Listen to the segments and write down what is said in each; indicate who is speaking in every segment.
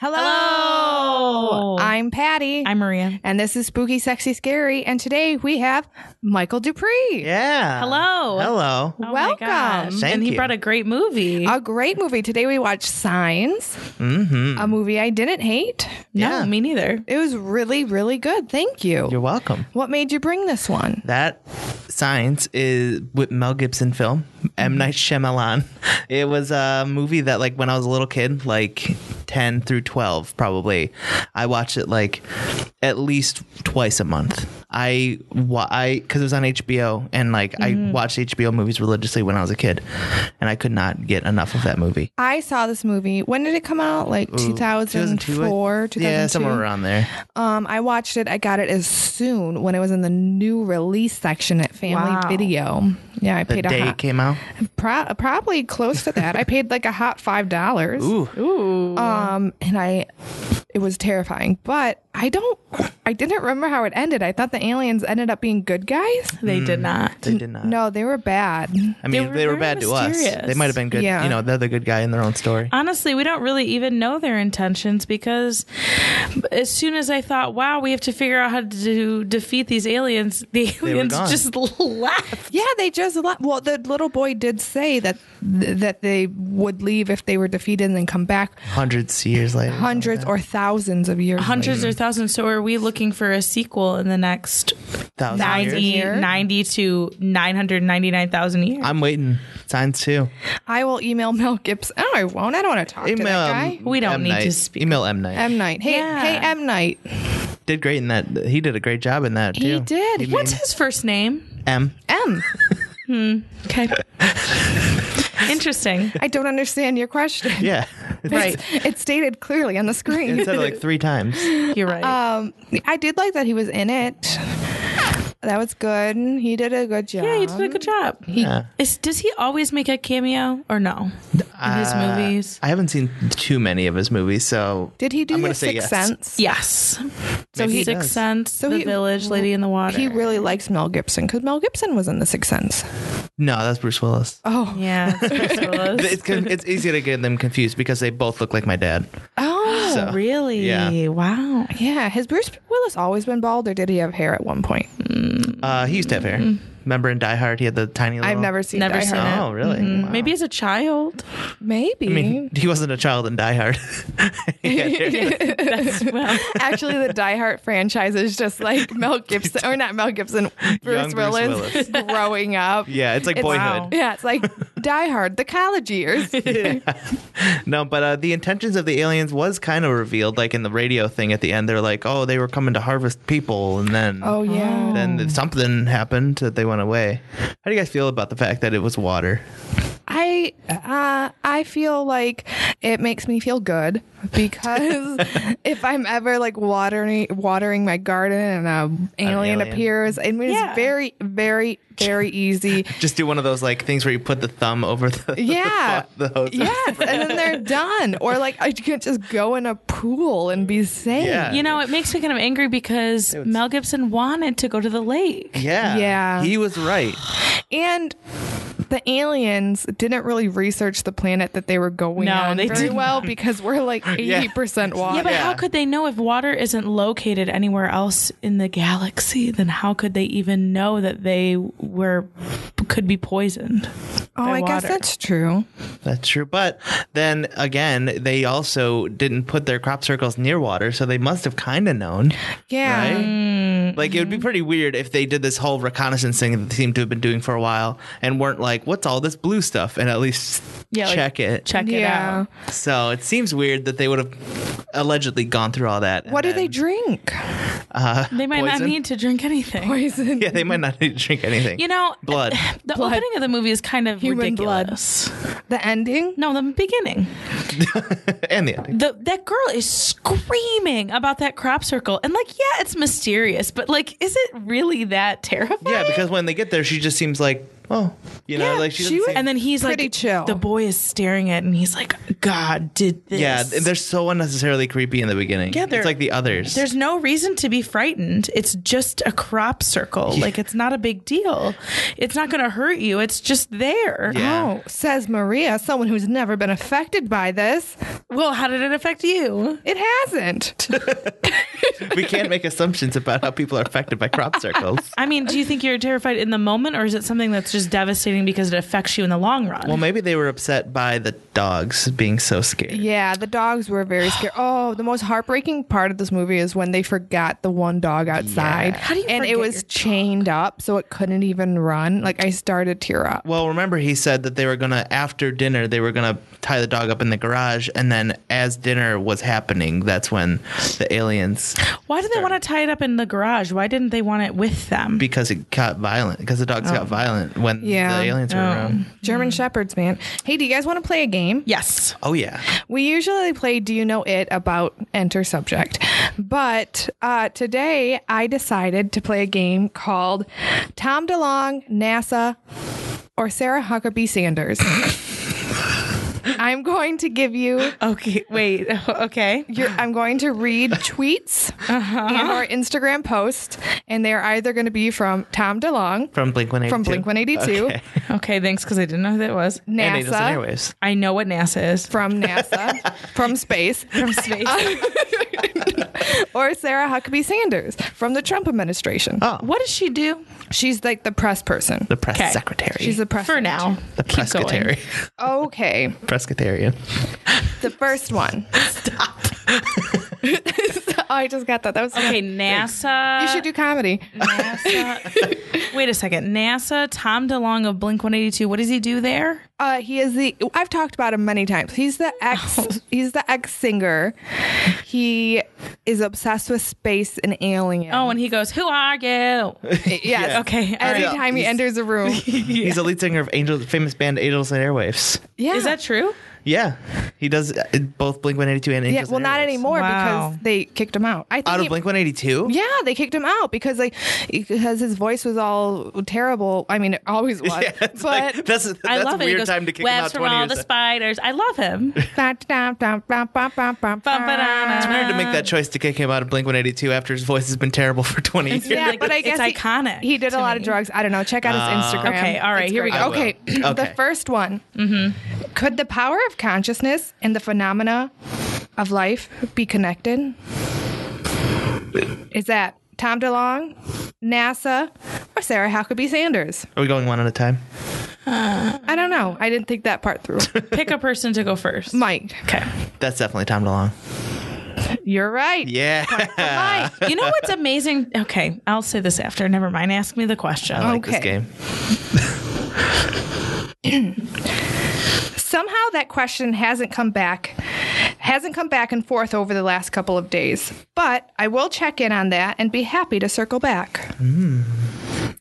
Speaker 1: Hello.
Speaker 2: Hello.
Speaker 1: I'm Patty.
Speaker 2: I'm Maria.
Speaker 1: and this is Spooky Sexy Scary. And today we have Michael Dupree.
Speaker 3: Yeah.
Speaker 2: Hello. Oh
Speaker 3: Hello.
Speaker 2: my
Speaker 1: Welcome.
Speaker 2: gosh.
Speaker 3: Thank
Speaker 2: and he
Speaker 3: you.
Speaker 2: brought a great movie.
Speaker 1: A great movie. Today we watched Signs,
Speaker 3: Mm-hmm.
Speaker 1: a movie I didn't hate.
Speaker 2: no,
Speaker 3: yeah.
Speaker 2: me neither.
Speaker 1: It was really, really good. Thank you.
Speaker 3: You're welcome.
Speaker 1: what made you bring this one?
Speaker 3: That science is with Mel Gibson film
Speaker 1: Mm-hmm.
Speaker 3: M Night Shyamalan. It was a movie that like when I was a little kid, like 10 through 12 probably. I watched it like at least twice a month. I wa- I cuz it was on HBO and like
Speaker 1: Mm-hmm.
Speaker 3: I watched HBO movies religiously when I was a kid and I could not get enough of that movie.
Speaker 1: I saw this movie. When did it come out? Like 2004, 2002?
Speaker 3: Yeah, somewhere around there.
Speaker 1: Um, I watched it. I got it as soon when it was in the new release section at Family
Speaker 2: Wow.
Speaker 1: Video. Yeah, I
Speaker 3: The
Speaker 1: paid a
Speaker 3: day
Speaker 1: hot,
Speaker 3: it came out.
Speaker 1: pro- probably close to that. I paid like a hot five dollars.
Speaker 3: Ooh.
Speaker 2: Ooh.
Speaker 1: Um, and I, it was terrifying. But I don't, I didn't remember how it ended. I thought the aliens ended up being good guys.
Speaker 2: they did not.
Speaker 3: Hmm. They did not.
Speaker 1: No, they were bad.
Speaker 3: I mean,
Speaker 2: were
Speaker 3: they were,
Speaker 2: very
Speaker 3: bad to us. They
Speaker 2: mysterious.
Speaker 3: might have been good.
Speaker 1: Yeah.
Speaker 3: You know, they're the good guy in their own story.
Speaker 2: Honestly, we don't really even know their intentions because as soon as I thought, wow, we have to figure out how to do- defeat these aliens, the
Speaker 3: were
Speaker 2: aliens
Speaker 3: gone.
Speaker 2: just left.
Speaker 1: Yeah, they just left. Well, the little boy did say that th- that they would leave if they were defeated and then come back
Speaker 3: Hundreds of years later.
Speaker 1: hundreds or thousands of years.
Speaker 2: Hundreds or thousands. So are we looking for a sequel in the next
Speaker 3: Thousand
Speaker 1: Thousand
Speaker 2: 90,
Speaker 3: years.
Speaker 1: years?
Speaker 2: 90 to 999,000 years?
Speaker 3: I'm waiting. Signs too.
Speaker 1: I will email Mel Gibson. Oh, I won't. I don't want to talk to that guy.
Speaker 2: We don't
Speaker 3: um, M.
Speaker 2: need to
Speaker 3: Night.
Speaker 2: speak.
Speaker 3: Email M Night.
Speaker 1: M Night. Hey,
Speaker 2: Yeah.
Speaker 1: hey, M Night.
Speaker 3: did great in that. He did a great job in that.
Speaker 1: He
Speaker 3: too.
Speaker 1: did.
Speaker 3: made
Speaker 2: What's his first name?
Speaker 3: M?
Speaker 1: M.
Speaker 2: Okay. Interesting.
Speaker 1: I don't understand your question.
Speaker 3: Yeah,
Speaker 2: Right.
Speaker 1: It stated clearly on the
Speaker 3: It
Speaker 1: screen.
Speaker 3: said it like three times.
Speaker 2: You're right.
Speaker 1: Um, I did like that he was in it. That was good. He did a good job.
Speaker 2: yeah, you did a good job.
Speaker 3: Yeah.
Speaker 2: Is, does he always make a cameo or no? In his
Speaker 3: Uh,
Speaker 2: movies?
Speaker 3: I haven't seen too many of his movies, so
Speaker 1: Did he do
Speaker 3: I'm
Speaker 1: the
Speaker 3: gonna say
Speaker 1: Sixth
Speaker 3: yes.
Speaker 1: Sense?
Speaker 2: Yes.
Speaker 1: So
Speaker 3: Maybe
Speaker 1: he,
Speaker 3: he does.
Speaker 2: Sixth Sense,
Speaker 1: So
Speaker 2: The
Speaker 1: he-
Speaker 2: Village, Lady in the Water.
Speaker 1: he really likes Mel Gibson because Mel Gibson was in the Sixth Sense.
Speaker 3: no, that's Bruce Willis.
Speaker 1: Oh,
Speaker 2: yeah. it's Bruce Willis.
Speaker 3: It's con- it's easy to get them confused because they both look like my dad.
Speaker 1: oh,
Speaker 3: So,
Speaker 2: really?
Speaker 3: yeah.
Speaker 2: Wow.
Speaker 1: yeah. Has Bruce Willis always been bald, or did he have hair at one point?
Speaker 3: Uh, he used to have hair. Remember in Die Hard, he had the tiny. Little,
Speaker 1: I've never seen.
Speaker 2: Never
Speaker 1: Die
Speaker 2: seen
Speaker 1: Hard.
Speaker 3: Oh, really?
Speaker 1: Mm-hmm.
Speaker 3: Wow.
Speaker 2: Maybe as a child.
Speaker 1: Maybe.
Speaker 3: I mean, he wasn't a child in Die Hard. He had hair.
Speaker 2: That's well.
Speaker 1: Actually, the Die Hard franchise is just like Mel Gibson, or not Mel Gibson, Bruce,
Speaker 3: Bruce
Speaker 1: Willis, growing up.
Speaker 3: yeah, it's like
Speaker 1: It's-
Speaker 3: boyhood.
Speaker 1: Yeah, it's like Die Hard, the college years.
Speaker 3: No, but uh, the intentions of the aliens was kind of revealed, like in the radio thing at the end. They're like, "Oh, they were coming to harvest people," and then
Speaker 1: Oh yeah.
Speaker 3: Mm-hmm. then something happened that they went away. How do you guys feel about the fact that it was water?
Speaker 1: I uh, I feel like it makes me feel good because if I'm ever like watering watering my garden and an alien,
Speaker 3: alien.
Speaker 1: appears, I mean,
Speaker 2: Yeah.
Speaker 1: it's very very very easy.
Speaker 3: Just do one of those like things where you put the thumb over the
Speaker 1: Yeah.
Speaker 3: the, hose.
Speaker 1: yes, and then they're done. Or like I could just go in a pool and be safe.
Speaker 3: Yeah.
Speaker 2: You know, it makes me kind of angry because Mel Gibson wanted to go to the lake.
Speaker 3: Yeah,
Speaker 1: Yeah.
Speaker 3: He was right.
Speaker 1: And the aliens didn't really research the planet that they were going
Speaker 2: No,
Speaker 1: on
Speaker 2: they
Speaker 1: very
Speaker 2: did
Speaker 1: well because we're like 80%
Speaker 3: Yeah.
Speaker 1: water.
Speaker 2: Yeah, but
Speaker 3: Yeah.
Speaker 2: how could they know if water isn't located anywhere else in the galaxy? Then how could they even know that they were could be poisoned?
Speaker 1: oh,
Speaker 2: by
Speaker 1: I guess
Speaker 2: water?
Speaker 1: that's true.
Speaker 3: That's true. But then again, they also didn't put their crop circles near water, so they must have kind of known.
Speaker 1: Yeah.
Speaker 3: right? Like it would
Speaker 2: Mm-hmm.
Speaker 3: be pretty weird if they did this whole reconnaissance thing that they seem to have been doing for a while and weren't like, "What's all this blue stuff?" and at least
Speaker 2: Yeah, like-
Speaker 3: check it.
Speaker 2: check it
Speaker 1: Yeah.
Speaker 2: out.
Speaker 3: So it seems weird that they would have allegedly gone through all that. and
Speaker 1: What do they
Speaker 3: then-
Speaker 1: drink?
Speaker 2: They might
Speaker 3: Poison?
Speaker 2: not need to drink anything.
Speaker 1: Poison.
Speaker 3: Yeah, they might not need to drink anything.
Speaker 2: You know,
Speaker 3: blood.
Speaker 2: the
Speaker 1: Blood.
Speaker 2: opening of the movie is kind of
Speaker 1: Human blood.
Speaker 2: ridiculous.
Speaker 1: The ending?
Speaker 2: No, the beginning.
Speaker 3: and the ending.
Speaker 2: The that girl is screaming about that crop circle, and like, yeah, it's mysterious, but like, is it really that terrifying?
Speaker 3: Yeah, because when they get there, she just seems like oh, you know, like she,
Speaker 1: she
Speaker 3: doesn't
Speaker 1: was-
Speaker 3: seem-
Speaker 2: and then he's like,
Speaker 1: Pretty chill.
Speaker 2: The boy is staring at, it and he's like, God did this.
Speaker 3: yeah, th- they're so unnecessarily creepy in the beginning.
Speaker 2: Yeah, they're-
Speaker 3: it's like the others.
Speaker 2: There's no reason to be frightened. It's just a crop circle. Like it's not a big deal. It's not going to hurt you. It's just there.
Speaker 3: Yeah.
Speaker 1: Oh, says Maria, someone who's never been affected by this.
Speaker 2: Well, how did it affect you?
Speaker 1: It hasn't.
Speaker 3: we can't make assumptions about how people are affected by crop circles.
Speaker 2: I mean, do you think you're terrified in the moment, or is it something that's just devastating because it affects you in the long run?
Speaker 3: Well, maybe they were upset by the dogs being so scared.
Speaker 1: yeah, the dogs were very scared. Oh, the most heartbreaking part of this movie is when they forgot the one dog outside.
Speaker 2: How do you
Speaker 1: and it
Speaker 2: forget
Speaker 1: was
Speaker 2: your
Speaker 1: chained up, so it couldn't even run. Like, I started to tear up.
Speaker 3: Well, remember he said that they were gonna after dinner they were gonna tie the dog up in the garage, and then as dinner was happening, that's when the aliens
Speaker 2: Why did they want to tie it up in the garage? Why didn't they want it with them?
Speaker 3: because it got violent because the dogs got violent when
Speaker 1: Oh. Yeah. Oh.
Speaker 3: the aliens were around.
Speaker 1: German Shepherds, man. Hey, do you guys want to play a game?
Speaker 2: yes.
Speaker 3: Oh yeah,
Speaker 1: We usually play Do You Know It about Enter Subject. But uh, today I decided to play a game called Tom DeLong, NASA, or Sarah Huckabee Sanders. I'm going to give you
Speaker 2: Okay. Wait. Okay.
Speaker 1: your, I'm going to read tweets and or Instagram posts, and they're either going to be from Tom DeLong,
Speaker 3: from Blink One Eighty Two.
Speaker 1: from Blink 182,
Speaker 2: Okay. Thanks, because I didn't know who that was.
Speaker 3: and Angels and
Speaker 1: NASA,
Speaker 3: Airwaves.
Speaker 2: I know what NASA is.
Speaker 1: from NASA, from space,
Speaker 2: From space.
Speaker 1: or Sarah Huckabee Sanders from the Trump administration.
Speaker 3: Oh.
Speaker 2: what does she do?
Speaker 1: She's like the press person.
Speaker 3: The press
Speaker 2: Okay.
Speaker 3: secretary.
Speaker 1: She's the press
Speaker 2: For now.
Speaker 3: the
Speaker 2: Keep going.
Speaker 3: presbytery.
Speaker 1: Okay,
Speaker 3: Presbyterian.
Speaker 1: the first one. Stop. I just got that. That was
Speaker 2: Okay, NASA.
Speaker 1: You should do comedy.
Speaker 2: mm. NASA. Wait a second. NASA, Tom DeLong of Blink 182. What does he do there?
Speaker 1: Uh, he is the. I've talked about him many times. He's the
Speaker 2: Oh.
Speaker 1: ex. He's the ex singer. He is obsessed with space and aliens.
Speaker 2: Oh, and he goes, Who are you?
Speaker 1: yes.
Speaker 3: yeah.
Speaker 2: Okay. All right.
Speaker 1: Every time he
Speaker 3: He's-
Speaker 1: enters a room.
Speaker 3: He's the lead singer of Angels, famous band Angels and Airwaves.
Speaker 1: Yeah.
Speaker 2: Is that true?
Speaker 3: Yeah, he does uh, both Blink One Eighty Two and
Speaker 1: Yeah.
Speaker 3: Angels.
Speaker 1: Well,
Speaker 3: and
Speaker 1: not
Speaker 3: Airwaves.
Speaker 1: anymore
Speaker 2: Wow.
Speaker 1: because they kicked him out. I think
Speaker 3: Out of
Speaker 1: he-
Speaker 3: Blink One Eighty Two.
Speaker 1: Yeah, they kicked him out because like because his voice was all terrible. I mean, it always was.
Speaker 3: It's
Speaker 1: but
Speaker 3: like, that's that's
Speaker 2: I love
Speaker 3: a
Speaker 2: it. He
Speaker 3: weird
Speaker 2: goes,
Speaker 3: time to kick him
Speaker 2: Webs
Speaker 3: out
Speaker 2: from
Speaker 3: twenty
Speaker 2: all
Speaker 3: years.
Speaker 2: the
Speaker 3: ago.
Speaker 2: spiders. I love him.
Speaker 1: yeah,
Speaker 3: It's weird to make that choice to kick him out of Blink One Eighty Two after his voice has been terrible for twenty years.
Speaker 2: Yeah, like,
Speaker 1: but I
Speaker 2: it's
Speaker 1: guess he-
Speaker 2: iconic
Speaker 1: He, did a
Speaker 2: to
Speaker 1: lot of
Speaker 2: me.
Speaker 1: drugs. I don't know. Check out his Instagram.
Speaker 2: Okay, all right,
Speaker 1: It's
Speaker 2: here we
Speaker 1: great.
Speaker 2: go.
Speaker 3: Uh,
Speaker 2: Mm-hmm.
Speaker 3: I will.
Speaker 1: Okay, the
Speaker 3: Okay.
Speaker 1: first one. Could the power of consciousness and the phenomena of life be connected? Is that Tom DeLong, NASA, or Sarah Huckabee Sanders?
Speaker 3: Are we going one at a time?
Speaker 1: I don't know. I didn't think that part through.
Speaker 2: Pick a person to go first.
Speaker 1: Mike,
Speaker 2: Okay.
Speaker 3: That's definitely Tom DeLong.
Speaker 1: you're right.
Speaker 3: Yeah.
Speaker 1: Mike.
Speaker 2: You know what's amazing? Okay, I'll say this after. Never mind. Ask me the question.
Speaker 3: I like this
Speaker 1: Okay.
Speaker 3: game.
Speaker 1: Somehow that question hasn't come back, hasn't come back and forth over the last couple of days. But I will check in on that and be happy to circle back.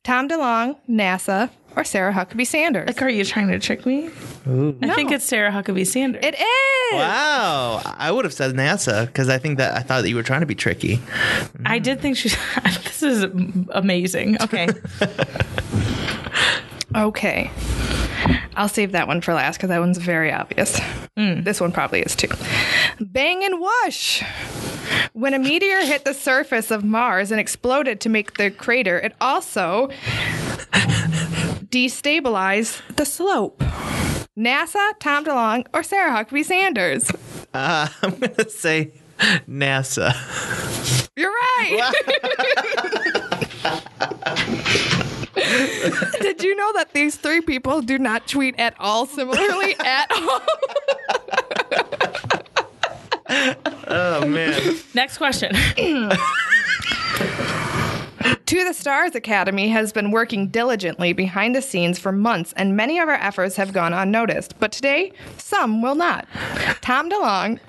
Speaker 1: Tom DeLong, NASA, or Sarah Huckabee Sanders?
Speaker 2: Like, are you trying to trick me? I think it's Sarah Huckabee Sanders.
Speaker 1: it is.
Speaker 3: Wow. I would have said NASA because I think that I thought that you were trying to be tricky.
Speaker 2: I did think she's. this is amazing. Okay.
Speaker 1: Okay. I'll save that one for last because that one's very obvious. This one probably is too. Bang and whoosh! When a meteor hit the surface of Mars and exploded to make the crater, it also destabilized the slope. NASA, Tom DeLong, or Sarah Huckabee Sanders?
Speaker 3: Uh, I'm going to say NASA.
Speaker 1: You're right. Did you know that these three people do not tweet at all similarly at all?
Speaker 3: Oh, man.
Speaker 2: Next question.
Speaker 1: To the Stars Academy has been working diligently behind the scenes for months, and many of our efforts have gone unnoticed. But today, some will not. Tom DeLong,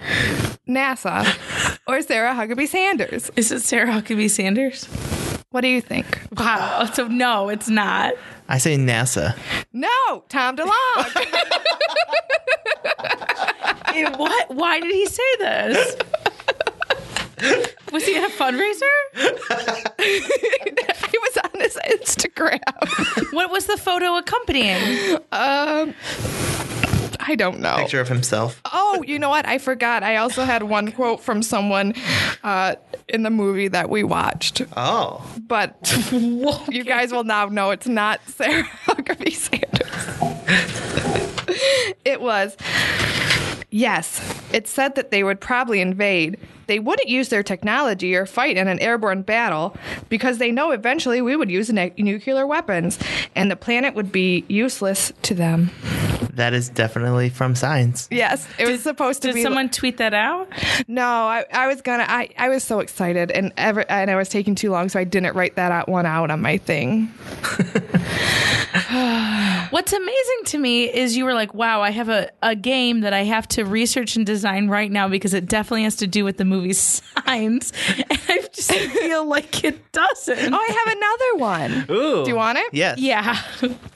Speaker 1: NASA, or Sarah Huckabee Sanders.
Speaker 2: Is it Sarah Huckabee Sanders?
Speaker 1: What do you think?
Speaker 2: Wow. So no, it's not.
Speaker 3: I say NASA.
Speaker 1: No, Tom DeLong.
Speaker 2: It- what? Why did he say this? Was he at a fundraiser?
Speaker 1: he was on on his Instagram.
Speaker 2: What was the photo accompanying?
Speaker 1: um, I don't know.
Speaker 3: Picture of himself.
Speaker 1: Oh, you know what? I forgot. I also had one quote from someone uh, in the movie that we watched,
Speaker 3: Oh.
Speaker 1: but you guys will now know it's not Sarah Huckabee Sanders. it was. Yes, it said that they would probably invade. They wouldn't use their technology or fight in an airborne battle because they know eventually we would use nu- nuclear weapons and the planet would be useless to them.
Speaker 3: That is definitely from science.
Speaker 1: Yes, it was supposed to
Speaker 2: Did
Speaker 1: be
Speaker 2: someone tweet that out?
Speaker 1: No, I, I was gonna. I, I was so excited, and ever and I was taking too long, so I didn't write that out one out on my thing.
Speaker 2: What's amazing to me is you were like, wow, I have a, a game that I have to research and design right now because it definitely has to do with the movie Signs. And I just feel like it doesn't.
Speaker 1: Oh, I have another one.
Speaker 3: Ooh.
Speaker 1: Do you want it?
Speaker 3: Yes.
Speaker 2: yeah.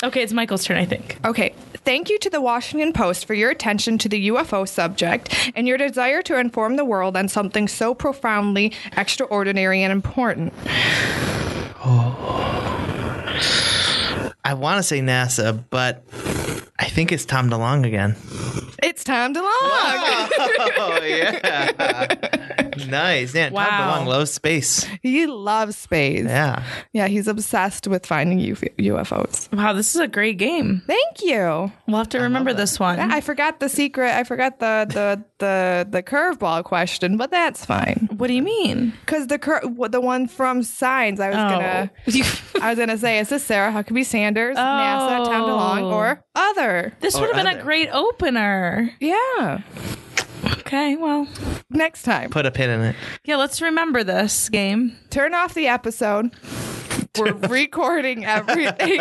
Speaker 2: Okay, it's Michael's turn, I think.
Speaker 1: Okay. Thank you to the Washington Post for your attention to the UFO subject and your desire to inform the world on something so profoundly extraordinary and important.
Speaker 3: I want to say NASA, but I think it's Tom DeLong again.
Speaker 1: It's time to log.
Speaker 3: Oh yeah. nice. Yeah,
Speaker 2: Wow.
Speaker 3: Tom DeLong loves space.
Speaker 1: He loves space.
Speaker 3: Yeah.
Speaker 1: Yeah, he's obsessed with finding UFO UFOs.
Speaker 2: Wow, this is a great game.
Speaker 1: Thank you.
Speaker 2: We'll have to remember this one.
Speaker 1: I forgot the secret. I forgot the the the the curveball question, but that's fine.
Speaker 2: what do you mean?
Speaker 1: Cause the cur- w- the one from Signs, I was gonna,
Speaker 2: Oh.
Speaker 1: I was gonna say, is this Sarah Huckabee Sanders, NASA, Tom DeLong, or other?
Speaker 2: this would have been a
Speaker 3: other.
Speaker 2: great opener.
Speaker 1: Yeah.
Speaker 2: Okay, well,
Speaker 1: Next time,
Speaker 3: Put a pin in it.
Speaker 2: yeah, let's remember this game.
Speaker 1: turn off the episode. We're recording everything.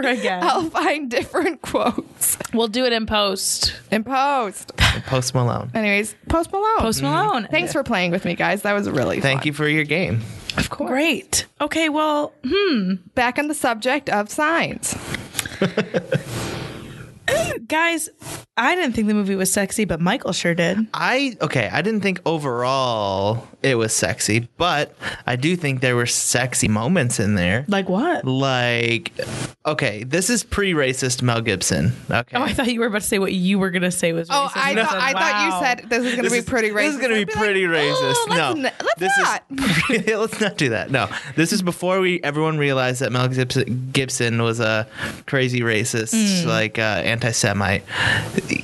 Speaker 2: again.
Speaker 1: I'll find different quotes
Speaker 2: We'll do it in post.
Speaker 1: and post.
Speaker 3: Post Malone.
Speaker 1: Anyways, post Malone.
Speaker 2: Post Malone.
Speaker 1: Mm-hmm. Thanks for playing with me, guys. That was really
Speaker 3: Thank you for your game.
Speaker 1: Of course.
Speaker 2: Great. Okay, well,
Speaker 1: Back on the subject of signs.
Speaker 2: Guys, I didn't think the movie was sexy, but Michael sure did.
Speaker 3: I okay, I didn't think overall it was sexy, but I do think there were sexy moments in there.
Speaker 2: Like what? Oh,
Speaker 3: Like okay, this is pre-racist Mel Gibson. Okay.
Speaker 2: Oh, I thought you were about to say what you were going to say was
Speaker 1: Oh,
Speaker 2: racist.
Speaker 1: I, thought I
Speaker 2: Wow.
Speaker 1: thought you said this is going to
Speaker 3: This
Speaker 1: be
Speaker 3: is-
Speaker 1: pretty racist.
Speaker 3: This is going to
Speaker 1: I'd
Speaker 3: be
Speaker 1: like,
Speaker 3: pretty racist.
Speaker 1: "Oh, let's
Speaker 3: no,
Speaker 1: n- let's
Speaker 3: this
Speaker 1: not.
Speaker 3: Is, let's not do that. No, this is before we everyone realized that Mel Gibson, Gibson was a crazy racist,
Speaker 1: Mm.
Speaker 3: like uh, anti-Semite.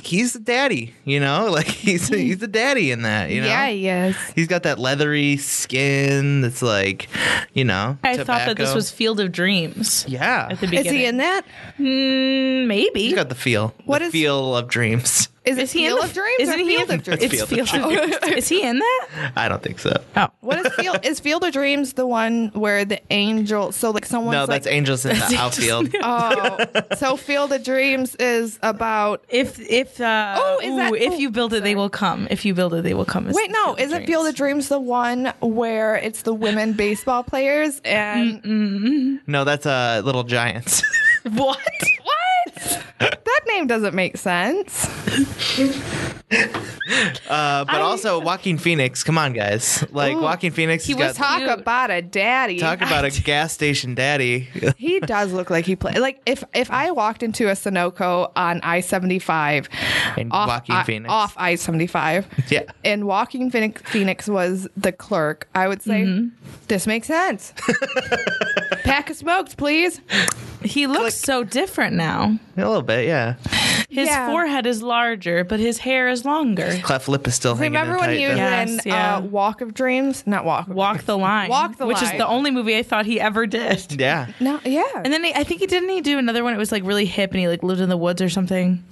Speaker 3: He's the daddy, you know. Like he's he's the daddy in that, you know.
Speaker 1: Mm. Yeah, he is.
Speaker 3: He's got that leathery skin that's like, you know.
Speaker 2: I thought that this
Speaker 3: tobacco.
Speaker 2: was Field of Dreams.
Speaker 3: Yeah.
Speaker 2: At the
Speaker 1: Is
Speaker 2: beginning.
Speaker 1: he in that?
Speaker 2: Mm, maybe.
Speaker 3: He's got the feel.
Speaker 1: What
Speaker 3: the
Speaker 1: is-
Speaker 3: feel of dreams?
Speaker 1: Is, it Field
Speaker 2: the-
Speaker 1: of Dreams?
Speaker 2: Isn't
Speaker 1: or
Speaker 2: he
Speaker 1: Field
Speaker 2: in
Speaker 1: of Dreams?
Speaker 2: It's
Speaker 3: Field
Speaker 2: Field
Speaker 3: of
Speaker 2: of Dreams. Is he in that?
Speaker 3: I don't think so.
Speaker 2: Oh.
Speaker 1: What is Field? is Field of Dreams the one where the angel? So like someone.
Speaker 3: No, that's angels in the outfield.
Speaker 1: Oh, so Field of Dreams is about.
Speaker 2: If if uh,
Speaker 1: Oh, is that-
Speaker 2: ooh, if
Speaker 1: oh,
Speaker 2: you build it, they will come. If you build it, they will come. is
Speaker 1: Wait, no, isn't Field of Dreams the one where it's the women baseball players and
Speaker 3: No, that's uh, little giants.
Speaker 2: Dreams. what?
Speaker 1: what? that name doesn't make sense.
Speaker 3: Uh, but also Joaquin Phoenix. Come on, guys! Like Joaquin Phoenix,
Speaker 1: He
Speaker 3: has
Speaker 1: was
Speaker 3: got,
Speaker 1: talk
Speaker 2: cute.
Speaker 1: about a daddy.
Speaker 3: talk about a gas station daddy.
Speaker 1: He does look like he played. Like if if I walked into a Sunoco on I seventy five,
Speaker 3: And Joaquin Phoenix.
Speaker 1: off I seventy five,
Speaker 3: Yeah.
Speaker 1: and Walking Phoenix, Phoenix was the clerk. I would say
Speaker 2: Mm-hmm.
Speaker 1: this makes sense. Pack of smokes, please.
Speaker 2: He looks so different now.
Speaker 3: a little bit, yeah.
Speaker 2: His
Speaker 1: Yeah.
Speaker 2: forehead is larger, but his hair is longer.
Speaker 3: Cleft lip is still hanging.
Speaker 1: Remember
Speaker 3: in
Speaker 1: when
Speaker 3: tight,
Speaker 1: he was
Speaker 3: though.
Speaker 2: Yes,
Speaker 1: in
Speaker 2: yeah.
Speaker 1: uh, Walk of Dreams? Not Walk. of-
Speaker 2: Walk the Line.
Speaker 1: Walk the
Speaker 2: which
Speaker 1: Line.
Speaker 2: is the only movie I thought he ever did.
Speaker 3: Yeah.
Speaker 1: No, yeah.
Speaker 2: And then he, I think he didn't he do another one. It was like really hip, and he like lived in the woods or something.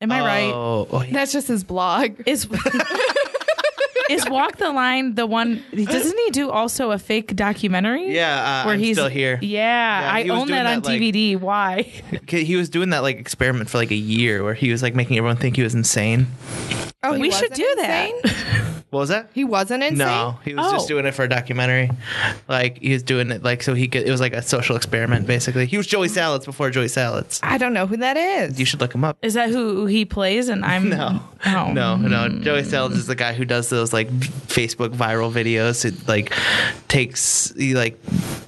Speaker 2: Am I right?
Speaker 3: Oh, oh, yeah.
Speaker 1: that's just his blog.
Speaker 2: Is is Walk the Line the one? Doesn't he do also a fake documentary?
Speaker 3: Yeah, uh, I'm still here.
Speaker 2: Yeah,
Speaker 3: Yeah,
Speaker 2: I
Speaker 3: he was
Speaker 2: own
Speaker 3: doing
Speaker 2: that on
Speaker 3: that, like-
Speaker 2: DVD. Why?
Speaker 3: K- He was doing that like experiment for like a year where he was like making everyone think he was insane.
Speaker 1: Oh, he
Speaker 2: we should
Speaker 1: wasn't
Speaker 2: do that.
Speaker 1: insane?
Speaker 3: What was that?
Speaker 1: He wasn't insane.
Speaker 3: No, he was
Speaker 2: Oh.
Speaker 3: just doing it for a documentary. Like he was doing it like so he could. It was like a social experiment basically. He was Joey Salads before Joey Salads.
Speaker 1: I don't know who that is.
Speaker 3: You should look him up.
Speaker 2: Is that who he plays? And I'm
Speaker 3: No,
Speaker 2: Oh.
Speaker 3: no, no. Joey Salads is the guy who does those like Facebook viral videos. It like takes he like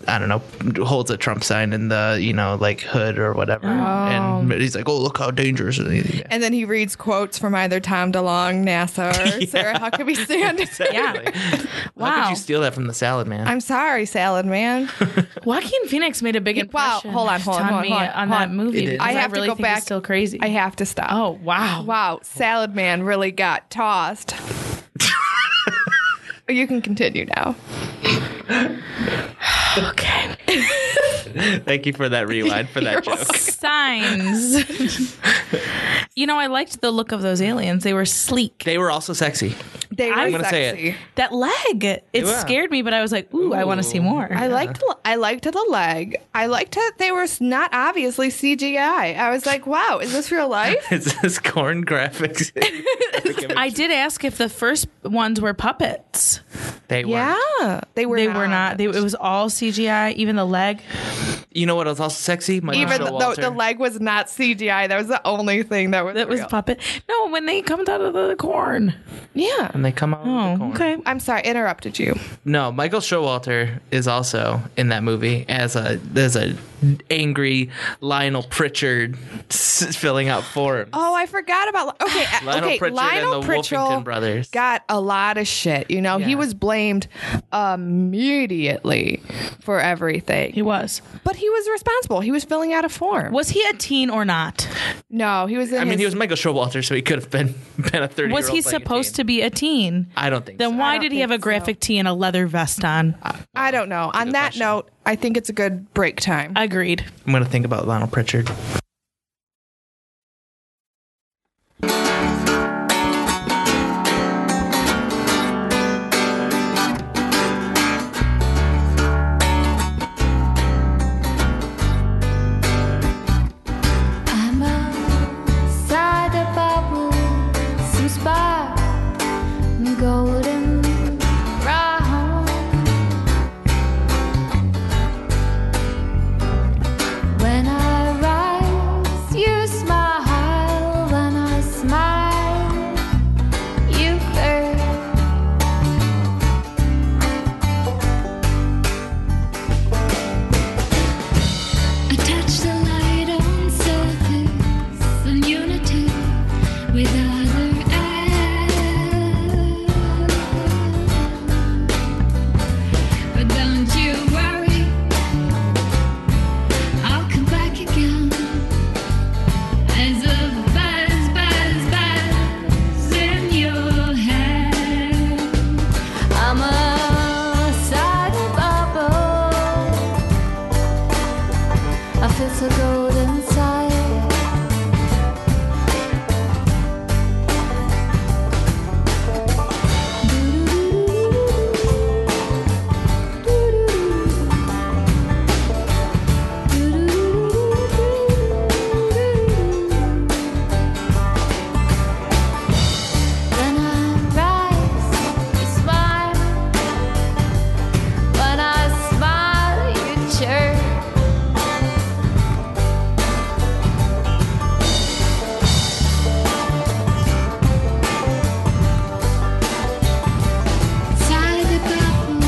Speaker 3: I don't know, holds a Trump sign in the, you know, like hood or whatever. And he's like, oh, look how dangerous. it is." Yeah.
Speaker 1: Oh. And then he reads quotes from either Tom DeLong, NASA, or Sarah Huckabee Sanders.
Speaker 2: Yeah.
Speaker 3: How
Speaker 2: wow.
Speaker 3: could you steal that from the salad man?
Speaker 1: I'm sorry, Salad Man.
Speaker 2: Joaquin Phoenix made a big
Speaker 1: Wow,
Speaker 2: impression.
Speaker 1: hold on, hold on, hold on,
Speaker 2: me
Speaker 1: hold on,
Speaker 2: on
Speaker 1: hold
Speaker 2: that
Speaker 1: on.
Speaker 2: movie.
Speaker 3: It is.
Speaker 2: because
Speaker 1: I have to
Speaker 2: really
Speaker 1: go
Speaker 2: think he's
Speaker 1: back.
Speaker 2: Still crazy.
Speaker 1: I have to stop.
Speaker 2: oh wow.
Speaker 1: Wow, Salad Man really got tossed. you can continue now.
Speaker 2: Okay.
Speaker 3: Thank you for that rewind for that joke.
Speaker 2: Signs. you know, I liked the look of those aliens. They were sleek.
Speaker 3: They were also sexy.
Speaker 1: They were
Speaker 2: I'm
Speaker 3: gonna
Speaker 1: sexy.
Speaker 3: say
Speaker 2: That leg, it
Speaker 3: were.
Speaker 2: scared me, but I was like, ooh, I want to see
Speaker 3: Ooh.
Speaker 2: more.
Speaker 1: I liked I liked the leg. I liked that they were not obviously CGI. I was like, wow, is this real life?
Speaker 3: Is this corn graphics?
Speaker 2: I did ask if the first ones were puppets.
Speaker 3: they were.
Speaker 1: yeah, they were.
Speaker 2: They were not. They, it was all CGI, even the leg.
Speaker 3: You know what was also sexy? Michael
Speaker 1: Even though
Speaker 3: Showalter.
Speaker 1: the leg was not CGI, that was the only thing that was.
Speaker 2: That was
Speaker 1: real.
Speaker 2: puppet. No, when they come out of the corn.
Speaker 1: yeah.
Speaker 3: and they come out. with the
Speaker 2: Oh,
Speaker 3: corn.
Speaker 2: okay.
Speaker 1: I'm sorry, interrupted you.
Speaker 3: No, Michael Showalter is also in that movie as a as a angry Lionel Pritchard s- filling out forms.
Speaker 1: Oh, I forgot about. Okay, uh,
Speaker 3: Lionel
Speaker 1: okay.
Speaker 3: Pritchard
Speaker 1: Lionel
Speaker 3: and the
Speaker 1: Pritchard
Speaker 3: Wolfington brothers.
Speaker 1: got a lot of shit. You know, he
Speaker 3: Yeah.
Speaker 1: was blamed immediately for everything,
Speaker 2: He was.
Speaker 1: but he was responsible. He was filling out a form.
Speaker 2: Was he a teen or not?
Speaker 1: No, he was. In
Speaker 3: I mean,
Speaker 1: his-
Speaker 3: he was Michael Showalter, so he could have been been a thirty.
Speaker 2: Was he supposed to be a teen?
Speaker 3: I don't think.
Speaker 2: Then
Speaker 3: so.
Speaker 2: why
Speaker 1: don't
Speaker 2: did he have a
Speaker 1: think so.
Speaker 2: graphic tee and a leather vest on?
Speaker 1: I don't know. On that
Speaker 3: question.
Speaker 1: note, I think it's a good break time.
Speaker 2: Agreed.
Speaker 3: I'm gonna think about Lionel Pritchard.
Speaker 4: I'm outside a bubble, some spark, golden brown. When I rise, you smile. When I smile, you curse. I touch the light on surface and unity with other ends. But don't you worry, I'll come back again as a buzz, buzz, buzz in your head. I'm a side bubble. I feel so cold inside. When I rise, you smile. When I smile, you chirp. Inside the bathroom,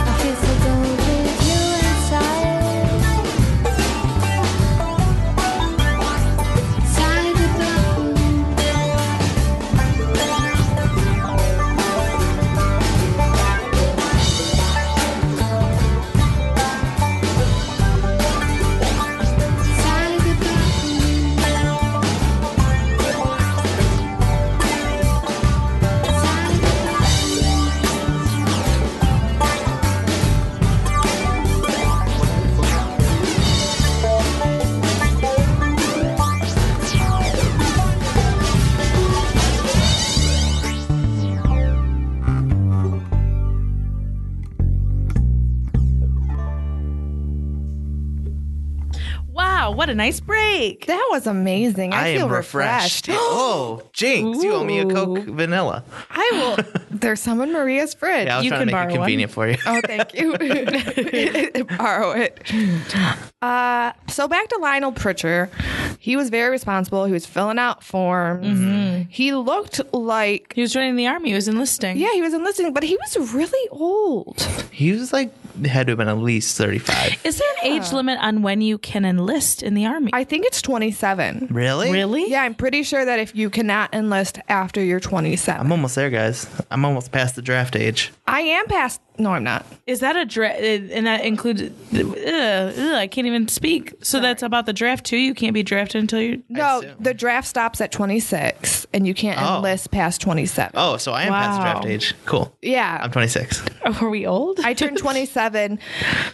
Speaker 4: I feel so good with you inside. Inside the bathroom, inside the bathroom, inside the bathroom.
Speaker 2: Wow, what a nice break.
Speaker 1: that was amazing. I, feel
Speaker 3: am refreshed. oh, Jinx, you owe me a Coke vanilla.
Speaker 1: I will. There's some in Maria's fridge.
Speaker 3: Yeah, I was
Speaker 2: You
Speaker 3: trying to
Speaker 2: can
Speaker 3: make it
Speaker 2: borrow one.
Speaker 3: convenient for you.
Speaker 1: Oh, thank you. Borrow it. Uh, so back to Lionel Pritchard. He was very responsible. He was filling out forms.
Speaker 3: Mm-hmm.
Speaker 1: He looked like
Speaker 2: He was joining the army. He was enlisting.
Speaker 1: yeah, he was enlisting, but he was really old.
Speaker 3: He was like had to have been at least thirty five.
Speaker 2: Is there an age limit on when you can enlist in the army?
Speaker 1: I think it's 27.
Speaker 3: Really?
Speaker 2: really?
Speaker 1: Yeah, I'm pretty sure that if you cannot enlist after you're 27,
Speaker 3: I'm almost there, guys. I'm almost past the draft age.
Speaker 1: I am past. No, I'm not.
Speaker 2: Is that a draft? And that includes. Ugh, ugh, I can't even speak. So that's about the draft too. You can't be drafted until you're.
Speaker 1: No,
Speaker 3: assume.
Speaker 1: the draft stops at 26, and you can't
Speaker 3: Oh.
Speaker 1: enlist past 27.
Speaker 3: Oh, so I am past the draft
Speaker 2: Wow.
Speaker 3: age. Cool.
Speaker 1: Yeah.
Speaker 3: I'm 26.
Speaker 2: Are we old?
Speaker 1: I turn 27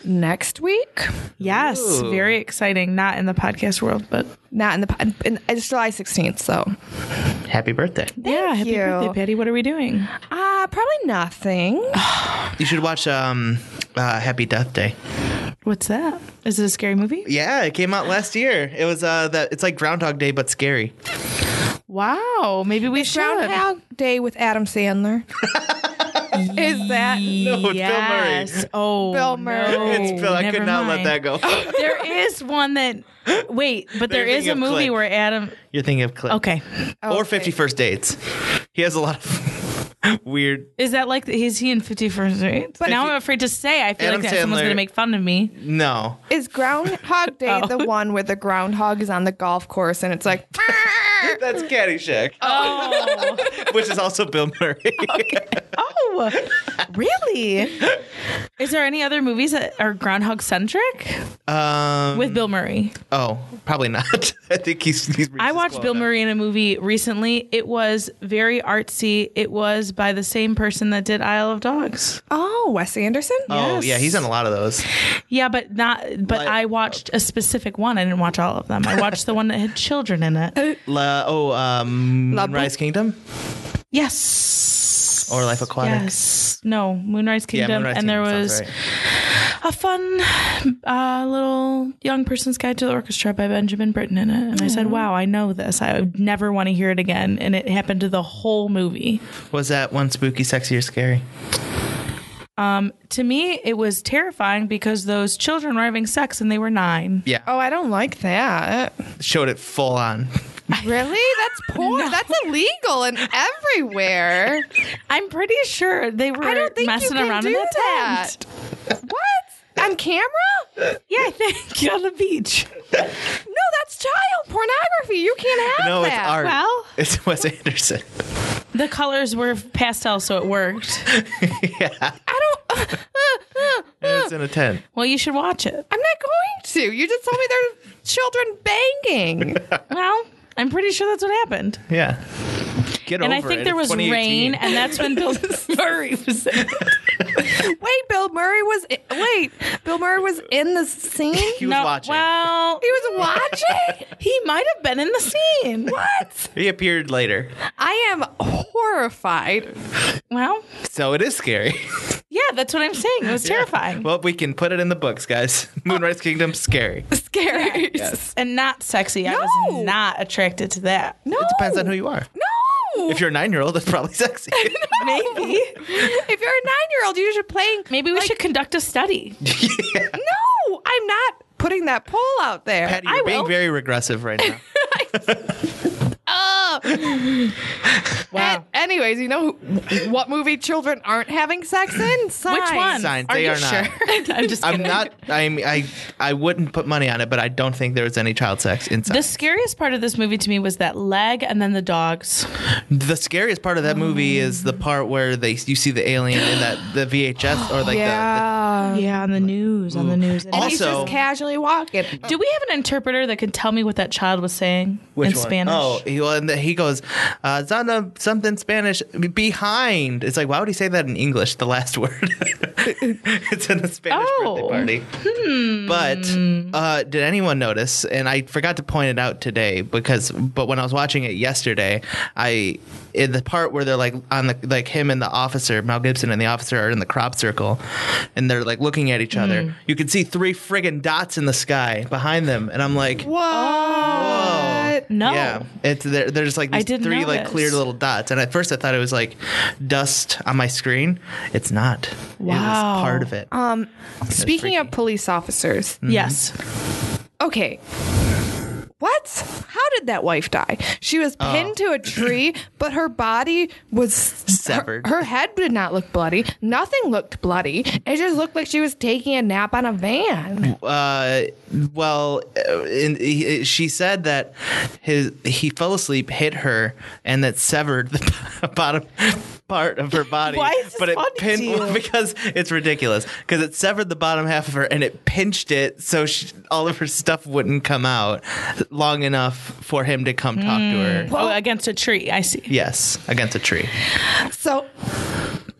Speaker 1: next week.
Speaker 2: yes.
Speaker 3: Ooh.
Speaker 2: Very exciting. Not in the podcast world, but
Speaker 1: Not in the po- in, it's July 16th, so
Speaker 3: Happy birthday.
Speaker 2: yeah. Happy
Speaker 1: you.
Speaker 2: birthday, Patty. What are we doing?
Speaker 1: uh probably nothing.
Speaker 3: You should watch um, uh, Happy Death Day.
Speaker 2: What's that? Is it a scary movie?
Speaker 3: Yeah, it came out last year. It was uh, that it's like Groundhog Day but scary.
Speaker 2: Wow. Maybe we should.
Speaker 1: Groundhog Day with Adam Sandler. Is that
Speaker 3: No, it's Bill Murray.
Speaker 2: yes. Oh,
Speaker 1: Bill Murray.
Speaker 2: no.
Speaker 3: Oh, it's Bill. I
Speaker 2: Never
Speaker 3: could not
Speaker 2: mind.
Speaker 3: let that go.
Speaker 2: There is one that. Wait, but there
Speaker 3: They're
Speaker 2: is a
Speaker 3: thinking of
Speaker 2: movie
Speaker 3: Click.
Speaker 2: where Adam.
Speaker 3: You're thinking of Clip.
Speaker 2: Okay,
Speaker 3: Or
Speaker 1: okay.
Speaker 3: Fifty First Dates. He has a lot of weird.
Speaker 2: is that like is he in Fifty First Dates? But now I'm afraid to say. I feel
Speaker 3: Adam
Speaker 2: like that someone's
Speaker 3: Sandler-
Speaker 2: gonna make fun of me.
Speaker 3: No.
Speaker 1: is Groundhog Day
Speaker 2: Oh.
Speaker 1: the one where the groundhog is on the golf course and it's like
Speaker 3: That's Caddyshack,
Speaker 2: Oh,
Speaker 3: which is also Bill Murray.
Speaker 2: oh, really? Is there any other movies that are Groundhog centric
Speaker 3: Um,
Speaker 2: Oh. with Bill Murray?
Speaker 3: oh, probably not. I think he's. he's
Speaker 2: I watched Bill Murray in a movie recently. It was very artsy. It was by the same person that did Isle of Dogs.
Speaker 1: oh, Wes Anderson?
Speaker 3: Oh
Speaker 2: Yes.
Speaker 3: yeah, he's in a lot of those.
Speaker 2: Yeah, but not. But
Speaker 3: Like-
Speaker 2: I watched a specific one. I didn't watch all of them. I watched the one that had children in it.
Speaker 3: La, oh, um,
Speaker 1: La
Speaker 3: Rise
Speaker 1: Bou-
Speaker 3: Kingdom
Speaker 2: Yes.
Speaker 3: or Life Aquatic.
Speaker 2: Yes. No, Moonrise Kingdom,
Speaker 3: Moonrise
Speaker 2: and there
Speaker 3: Kingdom
Speaker 2: was
Speaker 3: sounds right.
Speaker 2: a fun uh, little young person's guide to the orchestra by Benjamin Britten in it. And I said, "Wow, I know this. I would never want to hear it again." And it happened to the whole movie.
Speaker 3: Was that one spooky, sexy, or scary?
Speaker 2: Um, To me, it was terrifying because those children were having sex and they were nine.
Speaker 3: Yeah.
Speaker 1: Oh, I don't like that.
Speaker 3: Showed it full on.
Speaker 1: Really? That's porn. That's illegal and everywhere.
Speaker 2: I'm pretty sure they were
Speaker 1: I don't think you
Speaker 2: messing
Speaker 1: can
Speaker 2: around in
Speaker 1: do
Speaker 2: the
Speaker 1: that.
Speaker 2: tent.
Speaker 1: What? On camera?
Speaker 2: Yeah, I think on the beach.
Speaker 1: No, that's child pornography. You can't have
Speaker 3: No,
Speaker 1: that.
Speaker 3: it's art.
Speaker 2: Well-
Speaker 3: it's Wes Anderson.
Speaker 2: The colors were pastel, so it worked.
Speaker 1: I don't. uh, uh, uh,
Speaker 3: It's in a tent.
Speaker 2: Well, you should watch it.
Speaker 1: I'm not going to. You just told me there's children banging.
Speaker 2: Well, I'm pretty sure that's what happened.
Speaker 3: Yeah. Get
Speaker 2: and
Speaker 3: over
Speaker 2: I think
Speaker 3: it.
Speaker 2: there was
Speaker 3: It's 2018.
Speaker 2: rain, and that's when Bill Murray was in it.
Speaker 1: Wait, Bill Murray was. i- Wait, Bill Murray was in the scene.
Speaker 3: He
Speaker 1: He
Speaker 3: was watching.
Speaker 2: Well,
Speaker 1: was watching.
Speaker 2: he might have been in the scene.
Speaker 1: What?
Speaker 3: He appeared later,
Speaker 1: I am horrified.
Speaker 2: Well,
Speaker 3: so it is scary.
Speaker 2: yeah, that's what I'm saying. It was terrifying.
Speaker 3: well, we can put it in the books, guys. Moonrise Kingdom, scary. It
Speaker 1: Scary.
Speaker 2: and not sexy. I
Speaker 1: No.
Speaker 2: was not attracted to that.
Speaker 1: No.
Speaker 3: depends on who you are.
Speaker 1: No.
Speaker 3: If you're a nine-year-old, that's probably sexy.
Speaker 2: Maybe.
Speaker 1: if you're a nine year old, you should play.
Speaker 2: Maybe we should conduct a study.
Speaker 1: No, I'm not putting that poll out there.
Speaker 3: Patty,
Speaker 1: I
Speaker 3: you're being
Speaker 1: will.
Speaker 3: very regressive right now.
Speaker 1: An- anyways, you know who- what movie children aren't having sex in? Signs.
Speaker 2: Which one?
Speaker 3: Signs.
Speaker 2: Are
Speaker 3: They
Speaker 2: you
Speaker 3: are not.
Speaker 2: sure? I'm just
Speaker 3: I'm
Speaker 2: kidding.
Speaker 3: not. I'm. I. I wouldn't put money on it, but I don't think there was any child sex inside.
Speaker 2: The scariest part of this movie to me was that leg and then the dogs.
Speaker 3: the scariest part of that movie is the part where they you see the alien in that the VHS or like the,
Speaker 1: Yeah.
Speaker 2: Yeah, on the news, on the news.
Speaker 3: Also-
Speaker 1: He's just casually walking.
Speaker 2: do we have an interpreter that could tell me what that child was saying
Speaker 3: Which
Speaker 2: in
Speaker 3: one?
Speaker 2: Spanish?
Speaker 3: Oh, he, well, and he goes, uh, Zana, something Spanish behind. It's like, why would he say that in English? The last word. it's in the Spanish
Speaker 2: Oh. hmm.
Speaker 3: birthday party. But uh, did anyone notice? And I forgot to point it out today because, but when I was watching it yesterday, I in the part where they're like on the like him and the officer, Mel Gibson and the officer are in the crop circle, and they're like looking at each other.
Speaker 2: Mm-hmm.
Speaker 3: You can see three friggin' dots in the sky behind them, and I'm like,
Speaker 1: What?
Speaker 2: no.
Speaker 3: yeah, it's there. There's like
Speaker 2: I
Speaker 3: these
Speaker 2: didn't
Speaker 3: three
Speaker 2: know
Speaker 3: like
Speaker 2: this.
Speaker 3: clear little dots, and at first I thought it was like dust on my screen. It's not. It
Speaker 2: Wow. Um,
Speaker 3: was part of it.
Speaker 1: Speaking
Speaker 3: freaky. Mm-hmm.
Speaker 1: of police officers,
Speaker 2: Yes.
Speaker 1: okay. What? How did that wife die? She was
Speaker 3: Oh.
Speaker 1: pinned to a tree, but her body was
Speaker 3: Severed.
Speaker 1: Her, her head did not look bloody. Nothing looked bloody. It just looked like she was taking a nap on a van.
Speaker 3: uh, well, uh, in, he, she said that his he fell asleep, hit her, and that severed the bottom part of her body.
Speaker 2: Why is this
Speaker 3: but it
Speaker 2: funny to
Speaker 3: pinned
Speaker 2: you?
Speaker 3: because it's ridiculous because it severed the bottom half of her and it pinched it so she, all of her stuff wouldn't come out long enough for him to come talk to her.
Speaker 2: Oh, against a tree. I see.
Speaker 3: Yes, against a tree.
Speaker 1: So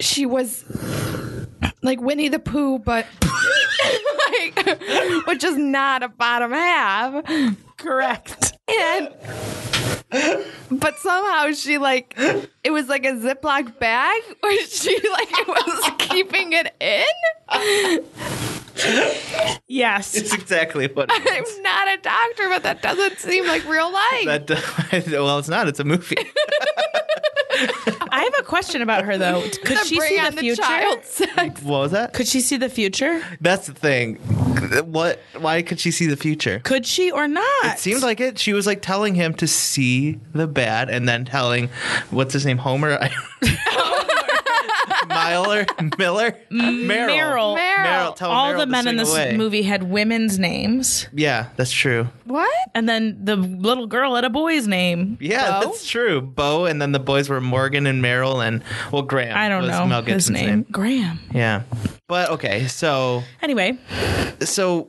Speaker 1: she was like Winnie the Pooh, but like, which is not a bottom half.
Speaker 2: Correct.
Speaker 1: And but somehow she like it was like a Ziploc bag where she like was keeping it in.
Speaker 2: Yes.
Speaker 3: It's exactly what. It is.
Speaker 1: I'm not a doctor, but that doesn't seem like real life.
Speaker 3: That well, it's not. It's a movie.
Speaker 2: I have a question about her though. Could
Speaker 1: To
Speaker 2: she
Speaker 1: bring
Speaker 2: see
Speaker 1: on
Speaker 2: the future?
Speaker 1: child sex.
Speaker 3: What was that?
Speaker 2: Could she see the future?
Speaker 3: That's the thing. What? Why could she see the future?
Speaker 2: Could she or not?
Speaker 3: It seemed like it. She was like telling him to see the bad, and then telling what's his name, Homer, Myler, Miller, Merrill,
Speaker 2: Meryl.
Speaker 1: Meryl.
Speaker 3: tell
Speaker 2: all
Speaker 3: Meryl
Speaker 2: the
Speaker 3: to
Speaker 2: men in
Speaker 3: sing
Speaker 2: this
Speaker 3: away.
Speaker 2: movie had women's names,
Speaker 3: Yeah, that's true.
Speaker 1: What?
Speaker 2: and then the little girl had a boy's name.
Speaker 3: Yeah,
Speaker 1: Bo?
Speaker 3: that's true. Bo, and then the boys were Morgan and Meryl, and well, Graham.
Speaker 2: I don't
Speaker 3: was
Speaker 2: know
Speaker 3: Mel
Speaker 2: his
Speaker 3: Gibson's
Speaker 2: name. Graham.
Speaker 3: Yeah, but okay, so
Speaker 2: Anyway,
Speaker 3: so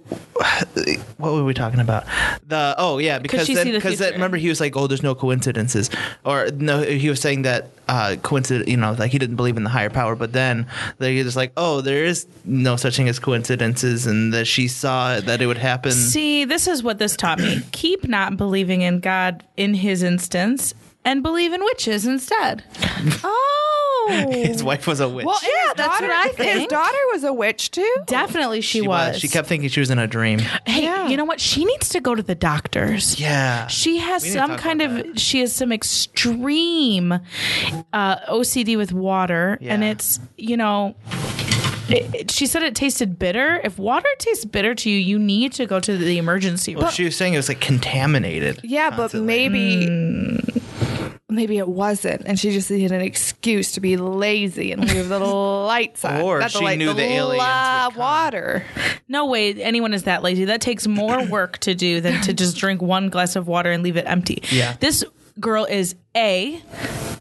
Speaker 3: what were we talking about the oh yeah because
Speaker 2: she
Speaker 3: then
Speaker 2: see the
Speaker 3: because
Speaker 2: future?
Speaker 3: remember he was like oh there's no coincidences or no he was saying that uh coincidence you know like he didn't believe in the higher power but then they was like oh there is no such thing as coincidences and that she saw that it would happen
Speaker 2: see, this is what this taught me: keep not believing in God in His instance, and believe in witches instead.
Speaker 1: Oh.
Speaker 3: his wife was a witch
Speaker 1: Well, yeah,
Speaker 2: that's what I
Speaker 1: His
Speaker 2: think.
Speaker 1: daughter was a witch too.
Speaker 2: Definitely, she,
Speaker 3: she
Speaker 2: was.
Speaker 3: was she kept thinking she was in a dream
Speaker 2: Hey,
Speaker 1: Yeah.
Speaker 2: you know what? She needs to go to the doctors.
Speaker 3: yeah
Speaker 2: She has
Speaker 3: We need to
Speaker 2: some
Speaker 3: talk
Speaker 2: kind of
Speaker 3: about
Speaker 2: she has some extreme uh, OCD with water, and
Speaker 3: Yeah.
Speaker 2: it's you know. It, it- she said it tasted bitter. If water tastes bitter to you, you need to go to the emergency room.
Speaker 3: well, she was saying it was like contaminated
Speaker 1: Yeah,
Speaker 3: constantly.
Speaker 1: but maybe maybe it wasn't, and she just needed an excuse to be lazy and leave the lights on.
Speaker 3: Or
Speaker 1: Not the
Speaker 3: she
Speaker 1: light,
Speaker 3: knew the aliens
Speaker 1: la-
Speaker 3: would come.
Speaker 1: water.
Speaker 2: no way anyone is that lazy. That takes more work to do than to just drink one glass of water and leave it empty.
Speaker 3: Yeah.
Speaker 2: This girl is A,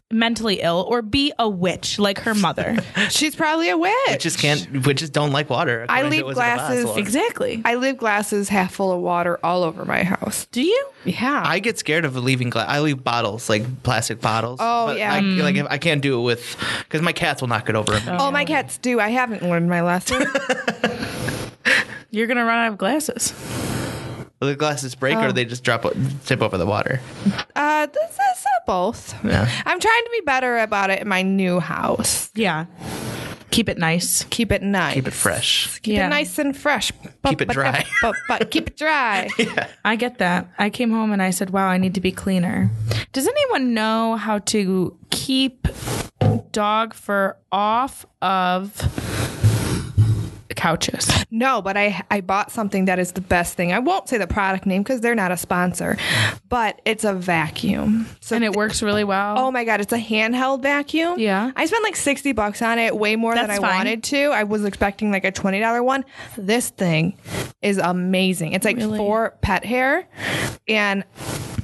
Speaker 2: mentally ill, or B, a witch like her mother.
Speaker 1: She's probably a witch.
Speaker 3: Witches can't. Witches don't like water.
Speaker 1: I
Speaker 3: according to
Speaker 1: leave
Speaker 3: Wizard of Oz
Speaker 1: glasses-
Speaker 3: lore.
Speaker 2: exactly.
Speaker 1: I leave glasses half full of water all over my house.
Speaker 2: Do you?
Speaker 1: Yeah.
Speaker 3: I get scared of leaving glass. I leave bottles, like plastic bottles.
Speaker 1: Oh,
Speaker 3: But
Speaker 1: yeah.
Speaker 3: I, like if I can't do it with because my cats will knock it over.
Speaker 1: oh, my cats do. I haven't learned my lesson.
Speaker 2: You're going to run out of glasses.
Speaker 3: The glasses break,
Speaker 1: Oh.
Speaker 3: or they just drop o- tip over the water.
Speaker 1: uh, this is uh, both.
Speaker 3: Yeah.
Speaker 1: I'm trying to be better about it in my new house.
Speaker 2: Yeah. Keep it nice.
Speaker 1: Keep it nice.
Speaker 3: Keep it fresh.
Speaker 1: Keep
Speaker 2: Yeah.
Speaker 1: it nice and fresh.
Speaker 3: Keep it dry.
Speaker 1: But, but keep it dry.
Speaker 2: I get that. I came home and I said, wow, I need to be cleaner. Does anyone know how to keep dog fur off of couches?
Speaker 1: No, but I I bought something that is the best thing. I won't say the product name because they're not a sponsor, but it's a vacuum. So
Speaker 2: And it works really well.
Speaker 1: Oh my god, it's a handheld vacuum.
Speaker 2: Yeah.
Speaker 1: I spent like sixty bucks on it, way more than
Speaker 2: That's
Speaker 1: I
Speaker 2: fine.
Speaker 1: wanted to. I was expecting like a twenty dollar one. This thing is amazing. It's like
Speaker 2: Really?
Speaker 1: for pet hair, and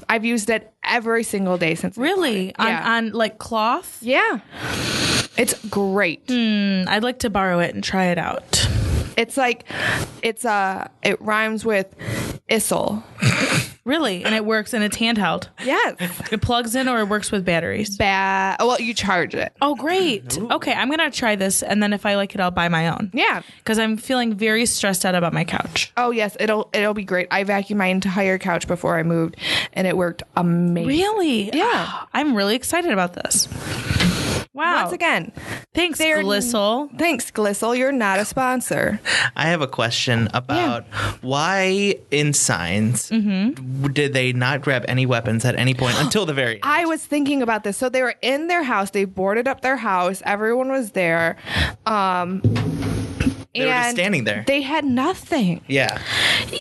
Speaker 1: I've used it every single day since. we
Speaker 2: really? On,
Speaker 1: Yeah.
Speaker 2: on like cloth?
Speaker 1: Yeah, it's great.
Speaker 2: Mm, I'd like to borrow it and try it out.
Speaker 1: It's like it's uh it rhymes with issel.
Speaker 2: Really? And it works and it's handheld.
Speaker 1: Yes.
Speaker 2: It plugs in or it works with batteries.
Speaker 1: bad. Well, you charge it.
Speaker 2: Oh, great. Okay, I'm going to try this. And then if I like it, I'll buy my own.
Speaker 1: Yeah.
Speaker 2: Because I'm feeling very stressed out about my couch.
Speaker 1: Oh yes, it'll it'll be great. I vacuumed my entire couch before I moved, and it worked amazing.
Speaker 2: Really?
Speaker 1: Yeah.
Speaker 2: I'm really excited about this. Wow.
Speaker 1: Once again,
Speaker 2: thanks,
Speaker 1: they're-
Speaker 2: Glissel.
Speaker 1: thanks, Glissel. You're not a sponsor.
Speaker 3: I have a question about why in signs did they not grab any weapons at any point until the very end?
Speaker 1: Mm-hmm. I was thinking about this. So they were in their house. They boarded up their house. Everyone was there. Um,
Speaker 3: They were just standing there.
Speaker 1: They had nothing.
Speaker 3: Yeah.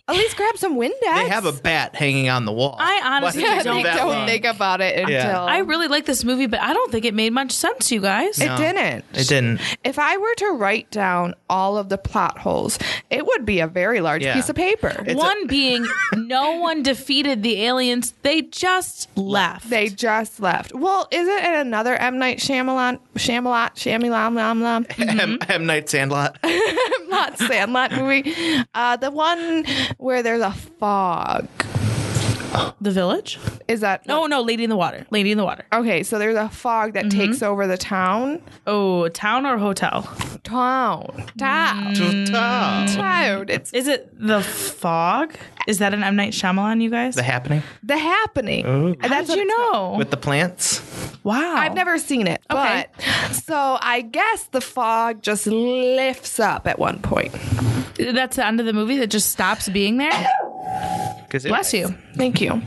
Speaker 1: At least grab some Windex.
Speaker 3: They have a bat hanging on the wall.
Speaker 2: I honestly
Speaker 3: Why did
Speaker 1: Yeah,
Speaker 3: it take
Speaker 1: they
Speaker 2: don't
Speaker 3: that
Speaker 1: don't
Speaker 3: long?
Speaker 1: think about it until
Speaker 3: Yeah.
Speaker 2: I really like this movie, but I don't think it made much sense, you guys.
Speaker 1: it
Speaker 3: No,
Speaker 1: didn't.
Speaker 3: It didn't.
Speaker 1: If I were to write down all of the plot holes, it would be a very large
Speaker 3: Yeah.
Speaker 1: piece of paper.
Speaker 3: It's
Speaker 2: One being no one defeated the aliens. They just left.
Speaker 1: They just left. Well, isn't it another M Night Shyamalan, Shyamalan, Shyamalan, Lam Lam,
Speaker 3: M, M. Night Sandlot.
Speaker 1: not Sandlot movie? Uh, the one where there's a fog.
Speaker 2: the village?
Speaker 1: Is that
Speaker 2: No, Mm-hmm. no, Lady in the Water. Lady in the Water.
Speaker 1: Okay, so there's a fog that takes over the town.
Speaker 2: Oh, town or hotel?
Speaker 1: Town,
Speaker 2: Mm.
Speaker 1: town,
Speaker 3: the
Speaker 1: town. It's
Speaker 2: Is it the fog? Is that an M Night Shyamalan, you guys?
Speaker 3: happening
Speaker 1: the happening. And
Speaker 2: How
Speaker 1: that's
Speaker 2: did you
Speaker 1: what it's called.
Speaker 2: know?
Speaker 3: with the plants.
Speaker 2: wow,
Speaker 1: I've never seen it,
Speaker 2: Okay.
Speaker 1: but so I guess the fog just lifts up at one point.
Speaker 2: That's the end of the movie that just stops being there.
Speaker 3: 'Cause it-
Speaker 2: Bless you.
Speaker 1: Thank you.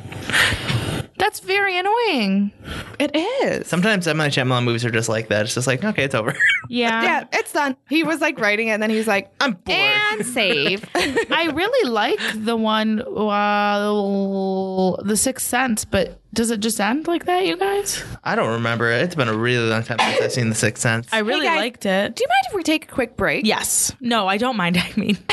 Speaker 2: That's very annoying.
Speaker 1: It is.
Speaker 3: Sometimes M. Night Shyamalan movies are just like that. It's just like, okay, it's over.
Speaker 2: Yeah.
Speaker 1: yeah, it's done. He was like writing it, and then he's like,
Speaker 3: I'm bored.
Speaker 1: and save.
Speaker 2: I really like the one, uh, The Sixth Sense, but does it just end like that, you guys?
Speaker 3: I don't remember. it. It's been a really long time since I've seen The Sixth Sense.
Speaker 2: I really
Speaker 1: guys,
Speaker 2: liked it.
Speaker 1: Do you mind if we take a quick break?
Speaker 2: yes. No, I don't mind. I mean,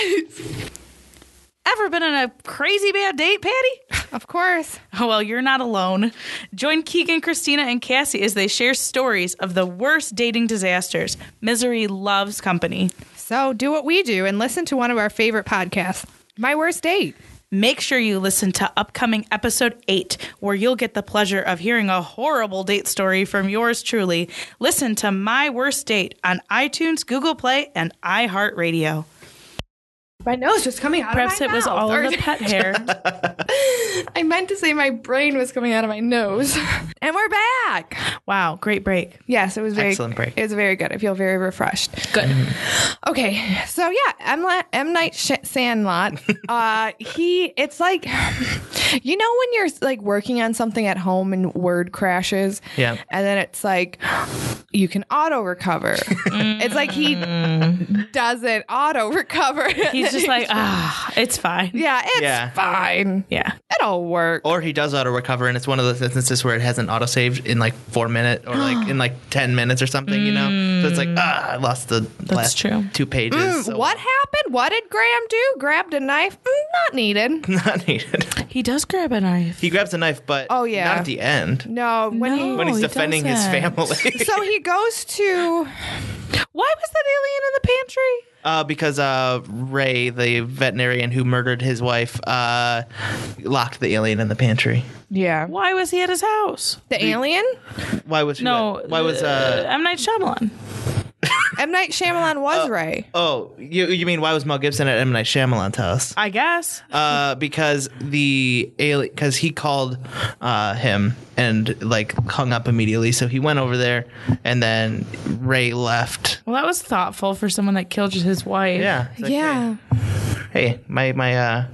Speaker 2: ever been on a crazy bad date, Patty?
Speaker 1: Of course.
Speaker 2: Oh, well, you're not alone. Join Keegan, Christina, and Cassie as they share stories of the worst dating disasters. Misery loves company.
Speaker 1: So do what we do and listen to one of our favorite podcasts, My Worst Date.
Speaker 2: Make sure you listen to upcoming episode 8, where you'll get the pleasure of hearing a horrible date story from yours truly. Listen to My Worst Date on iTunes, Google Play, and iHeartRadio.
Speaker 1: My nose was coming out
Speaker 2: Perhaps
Speaker 1: of
Speaker 2: it
Speaker 1: my
Speaker 2: was
Speaker 1: mouth.
Speaker 2: all
Speaker 1: Or-
Speaker 2: in the pet hair.
Speaker 1: I meant to say my brain was coming out of my nose. and we're back.
Speaker 2: Wow, great break.
Speaker 1: Yes, it was very
Speaker 3: Excellent break. Mm-hmm.
Speaker 1: It was very good. I feel very refreshed.
Speaker 2: Good.
Speaker 1: Okay, so yeah, M. La- M. Night Sh- Sandlot. Uh, he, it's like, you know, when you're like working on something at home and word crashes,
Speaker 3: Yeah.
Speaker 1: and then it's like you can auto recover. it's like he doesn't auto recover.
Speaker 2: Mm. He's just like, ah, it's fine.
Speaker 1: yeah, it's
Speaker 3: Yeah. Oh,
Speaker 1: fine.
Speaker 2: Yeah.
Speaker 1: It'll work.
Speaker 3: or he does auto recover, and it's one of those instances where it hasn't auto saved in like four minute or like in like ten minutes or something, you know. So it's like, ah, I lost the last
Speaker 2: Mm. true.
Speaker 3: two pages.
Speaker 1: Mm,
Speaker 3: so
Speaker 1: what happened? What did Graham do? Grabbed a knife? Mm, not needed.
Speaker 3: Not needed.
Speaker 2: He does grab a knife.
Speaker 3: He grabs a knife, but
Speaker 1: Oh, yeah.
Speaker 3: not at the end
Speaker 1: No, when he.
Speaker 2: No.
Speaker 3: when he's
Speaker 2: he
Speaker 3: defending his
Speaker 2: doesn't.
Speaker 3: family.
Speaker 1: So he goes to.
Speaker 2: Why was that alien in the pantry?
Speaker 3: Uh, because uh, Ray, the veterinarian who murdered his wife, uh, locked the alien in the pantry.
Speaker 1: Yeah.
Speaker 2: Why was he at his house?
Speaker 1: The alien?
Speaker 3: Why was she
Speaker 2: No.
Speaker 3: wet? Why was uh?
Speaker 2: M. Night Shyamalan.
Speaker 1: M. Night Shyamalan was Ray.
Speaker 3: Oh, you you mean why was Mel Gibson at M Night Shyamalan's house?
Speaker 2: I guess.
Speaker 3: Uh, because the alien, because he called uh, him and like hung up immediately. So he went over there, and then Ray left.
Speaker 2: Well, that was thoughtful for someone that killed his wife.
Speaker 3: Yeah. It's like,
Speaker 1: yeah.
Speaker 3: Hey, hey, my my uh,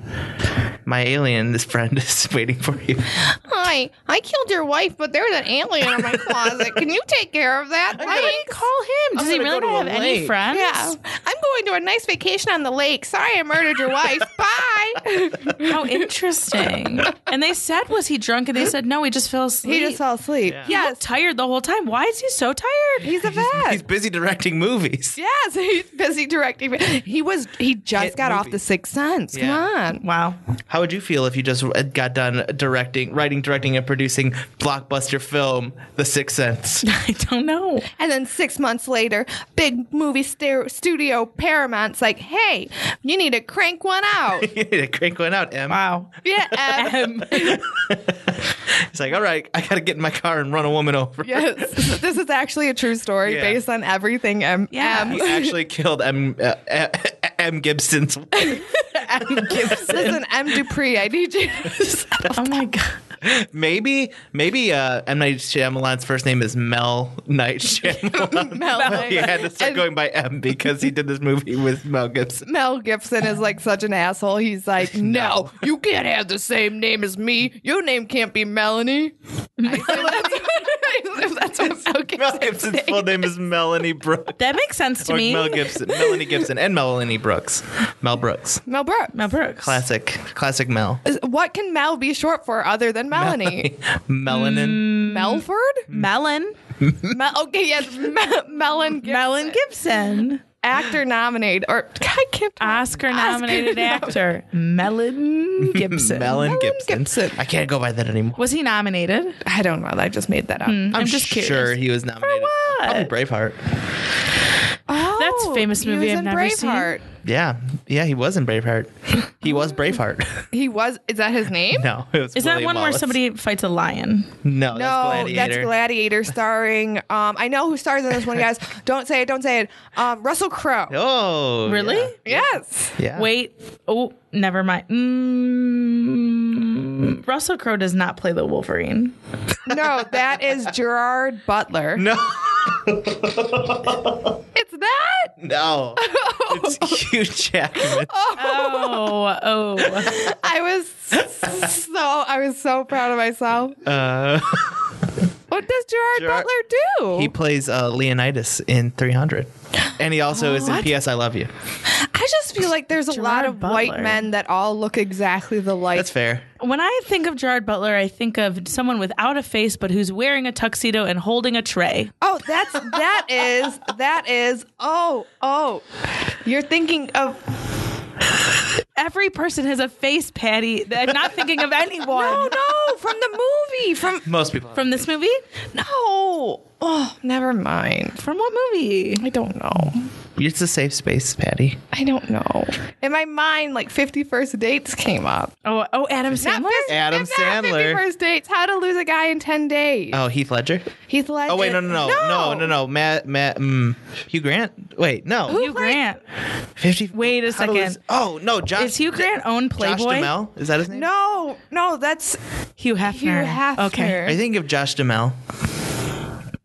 Speaker 3: my alien, this friend is waiting for you.
Speaker 1: Hi, I killed your wife, but there's an alien in my closet. Can you take care of that?
Speaker 2: Why didn't you call him? Does he
Speaker 3: gonna
Speaker 2: really
Speaker 3: go to
Speaker 2: not have
Speaker 3: a
Speaker 2: any
Speaker 3: lake.
Speaker 2: friends?
Speaker 1: Yeah. I'm going to a nice vacation on the lake. Sorry I murdered your wife. Bye.
Speaker 2: How Oh, interesting. and they said, was he drunk? And they said, no, he just fell asleep.
Speaker 1: He just fell asleep.
Speaker 2: He looked
Speaker 1: Yes.
Speaker 2: tired the whole time. Why is he so tired?
Speaker 1: He's a vet.
Speaker 3: He's busy directing movies.
Speaker 1: yes, he's busy directing. He was he just
Speaker 3: Hit
Speaker 1: got off
Speaker 3: movie.
Speaker 1: the sixth sense. Come
Speaker 3: Yeah.
Speaker 1: on.
Speaker 2: Wow.
Speaker 3: How would you feel if you just got done directing, writing, directing, and producing blockbuster film, The Sixth Sense?
Speaker 2: I don't know.
Speaker 1: And then six months later, big movie ster- studio Paramount's like, hey, you need to crank one out.
Speaker 3: you need to crank one out, Em.
Speaker 2: Wow.
Speaker 1: yeah. Em.
Speaker 2: Um,
Speaker 3: It's like, all right, I gotta get in my car and run a woman over.
Speaker 1: Yes, this is actually a true story
Speaker 3: Yeah.
Speaker 1: based on everything. M.
Speaker 2: Yeah.
Speaker 1: M.
Speaker 3: He actually killed M. Uh, uh, M. Gibson's.
Speaker 1: Listen, M. Dupree, I need you.
Speaker 2: oh my God.
Speaker 3: Maybe, maybe uh, M. Night Shyamalan's first name is Mel Night Shyamalan.
Speaker 1: Mel.
Speaker 2: Oh
Speaker 3: he had to start
Speaker 1: And-
Speaker 3: going by M because he did this movie with Mel Gibson.
Speaker 1: Mel Gibson is like such an asshole. He's like, no, you can't have the same name as me. Your name can't be Melanie. I said, "That's what- that's what Mel
Speaker 3: Mel Gibson's full name is Melanie Brooks.
Speaker 2: That makes sense to
Speaker 3: Or
Speaker 2: me.
Speaker 3: Mel Gibson, Melanie Gibson, and Melanie Brooks. Mel Brooks.
Speaker 1: Mel Brooks.
Speaker 2: Mel Brooks.
Speaker 3: Classic. Classic Mel.
Speaker 1: Is- What can Mel be short for other than Melanie?
Speaker 2: Mm,
Speaker 3: Melanin.
Speaker 1: Melford?
Speaker 2: Melon. Mm.
Speaker 1: Mel- okay, yes, Mel- Melon Gibson.
Speaker 2: Melon Gibson.
Speaker 1: actor nominated or I can't
Speaker 2: Oscar nominated actor. Melon Gibson.
Speaker 3: Melon Gibson.
Speaker 1: Gibson.
Speaker 3: I can't go by that anymore.
Speaker 2: Was he nominated?
Speaker 1: I don't know. I just made that up.
Speaker 2: Mm.
Speaker 3: I'm, just
Speaker 2: curious.
Speaker 3: sure he was nominated.
Speaker 2: what?
Speaker 3: Probably Braveheart.
Speaker 1: Oh,
Speaker 2: That's a famous
Speaker 1: he
Speaker 2: movie
Speaker 1: was
Speaker 2: I've
Speaker 1: in
Speaker 2: never seen.
Speaker 1: Braveheart.
Speaker 3: Yeah, yeah, he was in Braveheart. He was Braveheart.
Speaker 1: He was. Is that his name?
Speaker 3: no, it was.
Speaker 2: Is that
Speaker 3: William
Speaker 2: one where
Speaker 3: Wallace.
Speaker 2: somebody fights a lion?
Speaker 3: No,
Speaker 1: No,
Speaker 3: that's Gladiator.
Speaker 1: Gladiator starring. Um, I know who stars in this one, guys. Don't say it. Don't say it. Um, Russell Crowe.
Speaker 3: Oh,
Speaker 2: Really?
Speaker 3: Yeah.
Speaker 1: Yes.
Speaker 3: Yeah.
Speaker 2: Wait. Oh, never mind. Mm, Russell Crowe does not play the Wolverine.
Speaker 1: No, that is Gerard Butler.
Speaker 3: No,
Speaker 1: It's that.
Speaker 3: no. It's Hugh Jackman.
Speaker 2: Oh, oh.
Speaker 1: I was so I was so proud of myself.
Speaker 3: Uh,
Speaker 1: What does Gerard,
Speaker 3: Gerard-
Speaker 1: Butler do?
Speaker 3: he plays uh, Leonidas in 300, and he also is in P.S. I Love You.
Speaker 1: I just feel like there's a lot
Speaker 2: Gerard
Speaker 1: of
Speaker 2: Butler.
Speaker 1: white men that all look exactly the like.
Speaker 3: That's fair.
Speaker 2: When I think of Gerard Butler, I think of someone without a face but who's wearing a tuxedo and holding a tray.
Speaker 1: Oh, that's that is that is oh oh. You're thinking of
Speaker 2: Every person has a face, Patty. I'm not thinking of anyone.
Speaker 1: no no from the movie from
Speaker 3: Most people.
Speaker 2: From this movie?
Speaker 1: no oh never mind
Speaker 2: From what movie?
Speaker 1: I don't know
Speaker 3: It's a safe space, Patty.
Speaker 1: I don't know in my mind like 50 first dates came up
Speaker 2: Oh, oh, Adam Sandler.
Speaker 1: Not 50,
Speaker 3: Adam
Speaker 1: not
Speaker 3: Sandler.
Speaker 1: 50 first dates how to lose a guy in 10 days
Speaker 3: Oh, Heath Ledger.
Speaker 1: Heath Ledger
Speaker 3: Oh wait, no, no, no, no, no, no. Matt, Matt, mm, Hugh Grant. Wait, no.
Speaker 2: Hugh Grant.
Speaker 3: Fifty.
Speaker 2: Wait a
Speaker 3: How to Lose-
Speaker 2: second.
Speaker 3: Oh no, Josh.
Speaker 2: Is Hugh Grant own
Speaker 3: Josh
Speaker 2: Playboy?
Speaker 3: Duhamel? Is that his name?
Speaker 1: no no that's
Speaker 2: Hugh Hefner.
Speaker 1: Hugh Hefner
Speaker 2: Okay.
Speaker 3: I think of Josh Duhamel.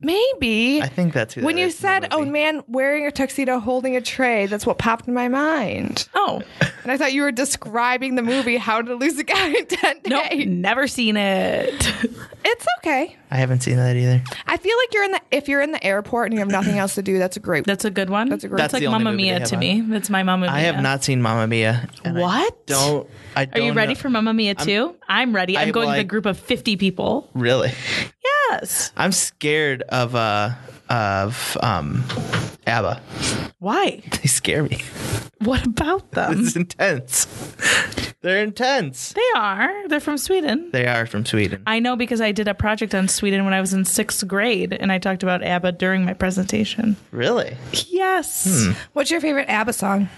Speaker 1: maybe
Speaker 3: I think that's who
Speaker 1: when
Speaker 3: that
Speaker 1: you
Speaker 3: is in that
Speaker 1: said oh
Speaker 3: movie.
Speaker 1: man wearing a tuxedo holding a tray that's what popped in my mind
Speaker 2: Oh,
Speaker 1: And I thought you were describing the movie How to Lose a Guy in 10
Speaker 2: nope.
Speaker 1: Days.
Speaker 2: Never seen it.
Speaker 1: It's okay.
Speaker 3: I haven't seen that either.
Speaker 1: I feel like you're in the if you're in the airport and you have nothing else to do, that's a great
Speaker 2: That's a good one.
Speaker 1: That's a great-
Speaker 2: That's
Speaker 1: That's
Speaker 2: like
Speaker 3: the only
Speaker 2: Mamma
Speaker 3: movie they
Speaker 2: Mia
Speaker 3: have
Speaker 2: to
Speaker 3: on.
Speaker 2: me. That's my Mamma Mia.
Speaker 3: I have not seen Mamma Mia. and I
Speaker 2: What?
Speaker 3: don't I
Speaker 2: Are
Speaker 3: don't
Speaker 2: you ready
Speaker 3: know-
Speaker 2: for Mamma Mia too? I'm, ready. I'm
Speaker 3: I
Speaker 2: going with a
Speaker 3: like-
Speaker 2: group of 50 people.
Speaker 3: Really?
Speaker 2: Yes.
Speaker 3: I'm scared of uh of um ABBA.
Speaker 2: Why?
Speaker 3: They scare me.
Speaker 2: What about them?
Speaker 3: It's intense. They're intense.
Speaker 2: They are. They're from Sweden.
Speaker 3: They are from Sweden.
Speaker 2: I know because I did a project on Sweden when I was in sixth grade, and I talked about ABBA during my presentation.
Speaker 3: Really?
Speaker 2: Yes.
Speaker 3: Hmm.
Speaker 1: What's your favorite ABBA song?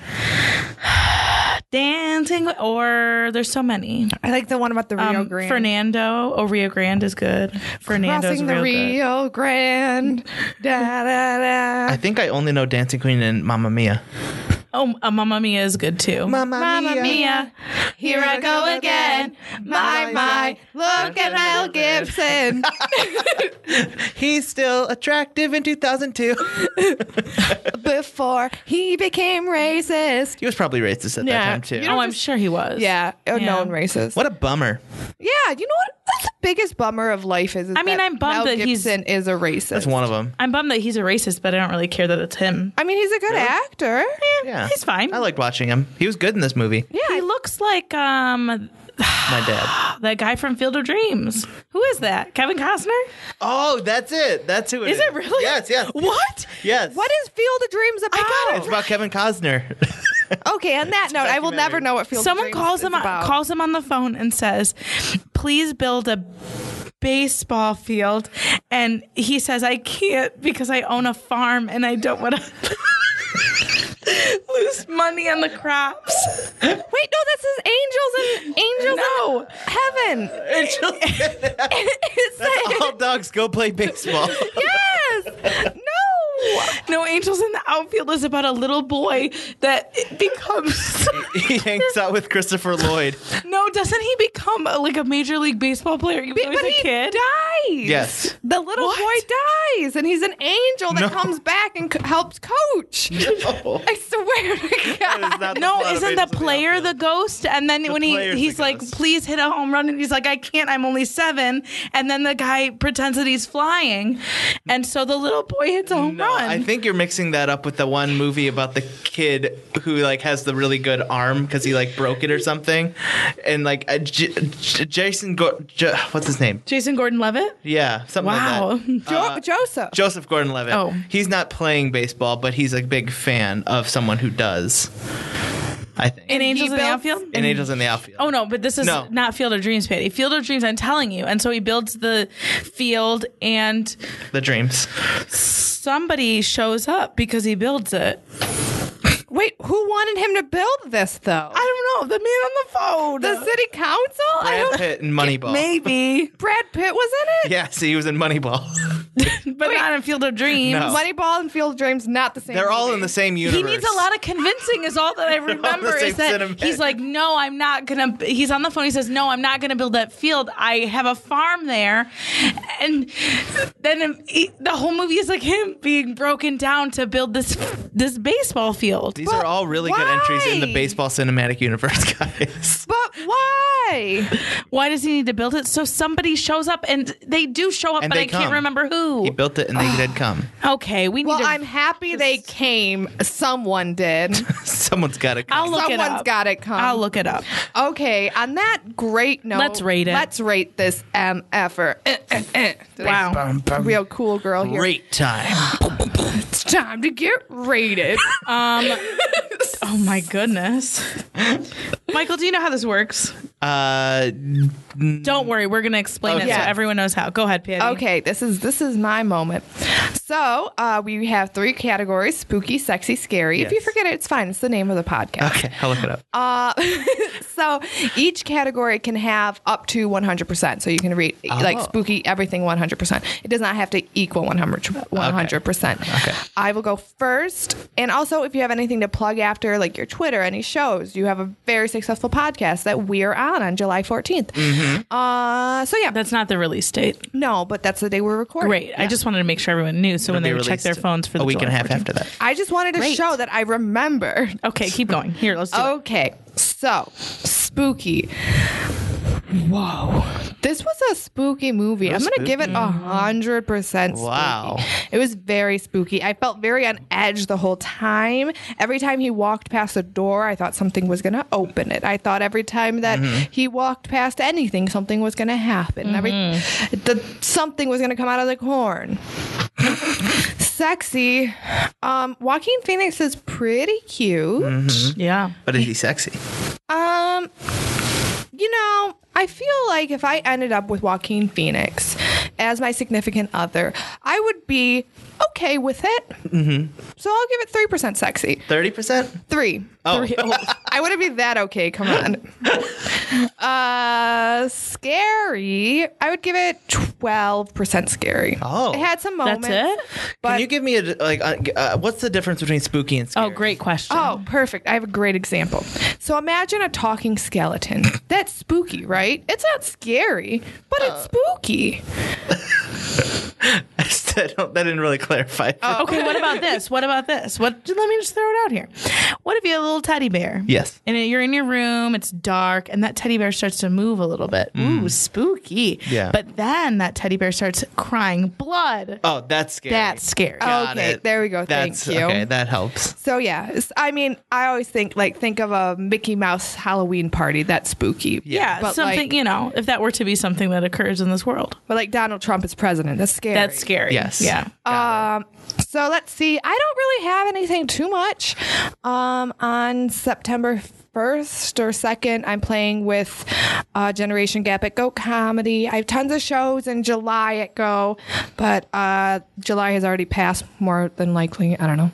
Speaker 2: Dancing, or there's so many.
Speaker 1: I like the one about the Rio
Speaker 2: Um,
Speaker 1: Grande.
Speaker 2: Fernando. Oh, Rio Grande is good. Fernando's
Speaker 1: Crossing the
Speaker 2: real good.
Speaker 1: Rio Grande. Da, da, da.
Speaker 3: I think I only know Dancing Queen and Mamma Mia.
Speaker 2: Oh, uh, Mamma Mia is good too.
Speaker 1: Mamma
Speaker 2: Mia,
Speaker 1: Here I go again. My, my. Look at Mel Gibson.
Speaker 3: He's still attractive in 2002.
Speaker 1: Before he became racist.
Speaker 3: He was probably racist at
Speaker 1: Yeah.
Speaker 3: that time too.
Speaker 1: You
Speaker 2: Oh, I'm sure he was.
Speaker 1: Yeah, a
Speaker 2: Yeah.
Speaker 1: known racist.
Speaker 3: what a bummer.
Speaker 1: Yeah, you know what? That's the biggest bummer of life is. is
Speaker 2: I mean,
Speaker 1: that
Speaker 2: I'm
Speaker 1: Mel
Speaker 2: bummed that he's-
Speaker 1: Gibson is a racist.
Speaker 3: That's one of them.
Speaker 2: I'm bummed that he's a racist, but I don't really care that it's him.
Speaker 1: I mean, he's a good actor.
Speaker 3: Yeah.
Speaker 2: He's fine.
Speaker 3: I liked watching him. He was good in this movie.
Speaker 2: he looks like um oh,
Speaker 3: My dad.
Speaker 2: that guy from Field of Dreams. Who is that? Kevin Costner?
Speaker 3: Oh, that's it. That's who it
Speaker 2: Is it really?
Speaker 3: Yes, yes.
Speaker 2: What?
Speaker 3: Yes.
Speaker 1: What is Field of Dreams about?
Speaker 3: It's about Kevin Costner.
Speaker 1: Okay, on that note, I will never know what Field of
Speaker 2: Someone
Speaker 1: Dreams
Speaker 2: calls
Speaker 1: is
Speaker 2: him
Speaker 1: about.
Speaker 2: calls him on the phone and says, "Please build a baseball field." And he says, "I can't because I own a farm and I don't want to lose money on the crops."
Speaker 1: Wait, no, this is Angels and Angels
Speaker 2: No.
Speaker 1: in Heaven. It's like-
Speaker 3: All dogs go play baseball.
Speaker 1: yes. No.
Speaker 2: No Angels in the Outfield is about a little boy that becomes
Speaker 3: he hangs out with Christopher Lloyd.
Speaker 2: No, doesn't he uh, become a, like a major league baseball player even though
Speaker 1: But
Speaker 2: he's a
Speaker 1: he
Speaker 2: kid?
Speaker 1: dies.
Speaker 3: Yes.
Speaker 1: The little
Speaker 2: What?
Speaker 1: boy plays, and he's an angel that
Speaker 3: No.
Speaker 1: comes back and co- helps coach. I swear to God.
Speaker 3: not the
Speaker 2: No,
Speaker 3: plot of
Speaker 2: isn't
Speaker 3: Angels
Speaker 2: the
Speaker 3: in
Speaker 2: player
Speaker 3: Outfield.
Speaker 2: the ghost? And then when he
Speaker 3: player's
Speaker 2: he's
Speaker 3: the
Speaker 2: like,
Speaker 3: ghost.
Speaker 2: please hit a home run, and he's like, I can't, I'm only seven. And then the guy pretends that he's flying, and so the little boy hits a home
Speaker 3: No,
Speaker 2: run.
Speaker 3: I think you're mixing that up with the one movie about the kid who like has the really good arm because he like broke it or something, and like uh, J- J- Jason, Go- J- what's his name?
Speaker 2: Jason Gordon-Levitt.
Speaker 3: Yeah, something
Speaker 2: Wow.
Speaker 3: like that.
Speaker 1: Jo- Joseph.
Speaker 3: Joseph Gordon-Levitt.
Speaker 2: Oh.
Speaker 3: he's not playing baseball, but he's a big fan of someone who does. I think.
Speaker 2: In Angels in the
Speaker 1: built-
Speaker 2: Outfield.
Speaker 3: in Angels in the Outfield.
Speaker 2: Oh no, but this is
Speaker 3: No.
Speaker 2: not Field of Dreams, Patty. Field of Dreams, I'm telling you. And so he builds the field, and
Speaker 3: The dreams.
Speaker 2: somebody shows up because he builds it.
Speaker 1: Wait, who wanted him to build this though?
Speaker 2: I don't know. The man on the phone.
Speaker 1: the city council? I
Speaker 3: Brad
Speaker 1: don't.
Speaker 3: Pitt and Moneyball.
Speaker 2: Maybe,
Speaker 1: Brad Pitt was in it.
Speaker 3: Yes, he was in Moneyball.
Speaker 2: but not in Field of Dreams.
Speaker 3: No.
Speaker 1: Moneyball and Field of Dreams not the same.
Speaker 3: They're all
Speaker 1: movie.
Speaker 3: in the same universe.
Speaker 2: He needs a lot of convincing, is all that I remember.
Speaker 3: same
Speaker 2: Is that
Speaker 3: sentiment.
Speaker 2: he's like, No, I'm not gonna. He's on the phone. He says, No, I'm not gonna build that field. I have a farm there. And then he- the whole movie is like him being broken down to build this this baseball field.
Speaker 3: These are all really good entries in
Speaker 1: why?
Speaker 3: the baseball cinematic universe, guys.
Speaker 1: But why?
Speaker 2: Why does he need to build it? So somebody shows up, and they do show up,
Speaker 3: And
Speaker 2: but
Speaker 3: they
Speaker 2: I can't
Speaker 3: come.
Speaker 2: remember
Speaker 3: He
Speaker 2: who.
Speaker 3: built it and they did come.
Speaker 2: Okay, we need
Speaker 1: Well,
Speaker 2: to.
Speaker 1: I'm happy they came. Someone did.
Speaker 3: Someone's got to
Speaker 2: I'll
Speaker 3: come.
Speaker 2: look it
Speaker 1: Someone's
Speaker 2: up.
Speaker 1: got it, come.
Speaker 2: I'll look it up.
Speaker 1: Okay, on that great note,
Speaker 2: Let's rate it.
Speaker 1: Let's rate this M effer. Eh, eh, eh. Did I-
Speaker 2: Wow.
Speaker 1: Real cool girl here.
Speaker 3: Great time.
Speaker 1: It's time to get rated.
Speaker 2: Oh my goodness, Michael, do you know how this works?
Speaker 3: Uh,
Speaker 2: Don't worry, we're gonna explain it
Speaker 3: Okay.
Speaker 2: so everyone knows how. Go ahead, Patty.
Speaker 1: okay, this is this is my moment. So uh, we have three categories: spooky, sexy, scary. If you
Speaker 3: Yes.
Speaker 1: forget it, it's fine. It's the name of the podcast.
Speaker 3: okay, I'll look it up.
Speaker 1: Uh, so each category can have up to 100%. So you can read like spooky everything 100%. It does not have to equal 100%. 100%.
Speaker 3: Okay.
Speaker 1: I will go first. And also, if you have anything to plug after, like your Twitter, any shows, you have a very successful podcast that we're on on July 14th. Uh, so yeah,
Speaker 2: That's not the release date.
Speaker 1: no, but that's the day we're recording.
Speaker 2: Great. I just wanted to make sure everyone knew. So when they check their phones for the
Speaker 3: a week and a
Speaker 2: July
Speaker 3: half
Speaker 2: 14th.
Speaker 3: after that.
Speaker 1: I just wanted to show that I remember.
Speaker 2: Okay, keep going. Here, let's do it.
Speaker 1: Okay, so spooky. Whoa, this was a spooky movie. I'm gonna give it a hundred percent. spooky.
Speaker 3: Wow.
Speaker 1: it was very spooky. I felt very on edge the whole time. Every time he walked past a door, I thought something was gonna open it. I thought every time that he walked past anything, something was gonna happen. Every the, something was gonna come out of the corn sexy. Um, Joaquin Phoenix is pretty cute.
Speaker 2: Yeah.
Speaker 3: But is he sexy?
Speaker 1: Um, you know, I feel like if I ended up with Joaquin Phoenix as my significant other, I would be okay with it. Mm-hmm. So I'll give it three percent sexy.
Speaker 3: 30%?
Speaker 1: Three.
Speaker 3: Oh,
Speaker 1: I wouldn't be that okay. Come on. uh, scary. I would give it twelve percent scary.
Speaker 3: Oh.
Speaker 1: it had some moments.
Speaker 2: That's it?
Speaker 1: But
Speaker 3: can you give me a, like, uh, uh, what's the difference between spooky and
Speaker 2: Oh,
Speaker 3: scary?
Speaker 2: great question.
Speaker 1: Oh, perfect. I have a great example. So imagine a talking skeleton. That's spooky, right? It's not scary, but
Speaker 2: Uh.
Speaker 1: it's spooky.
Speaker 3: that don't- that didn't really clarify.
Speaker 1: Oh.
Speaker 2: Okay, what about this? What about this? What let me just throw it out here. What if you have a little teddy bear?
Speaker 3: Yes.
Speaker 2: And you're in your room, it's dark, and that teddy bear starts to move a little bit. Ooh, spooky.
Speaker 3: Mm. Yeah.
Speaker 2: But then that teddy bear starts crying blood.
Speaker 3: Oh, that's scary.
Speaker 2: That's scary.
Speaker 3: Got
Speaker 1: Okay,
Speaker 3: it.
Speaker 1: there we go. Thank
Speaker 3: That's,
Speaker 1: you.
Speaker 3: Okay, that helps.
Speaker 1: So yeah, it's- I mean, I always think like think of a Mickey Mouse Halloween party. That's spooky.
Speaker 2: yeah,
Speaker 1: but
Speaker 2: something,
Speaker 1: like,
Speaker 2: you know, if that were to be something that occurs in this world.
Speaker 1: but like Donald Trump is president. That's scary.
Speaker 2: That's scary.
Speaker 3: Yes.
Speaker 2: Yeah.
Speaker 1: Um, so let's see. I don't really have anything too much. Um, on September 1st or 2nd, I'm playing with uh, Generation Gap at Go Comedy. I have tons of shows in July at Go, but uh, July has already passed more than likely. I don't know.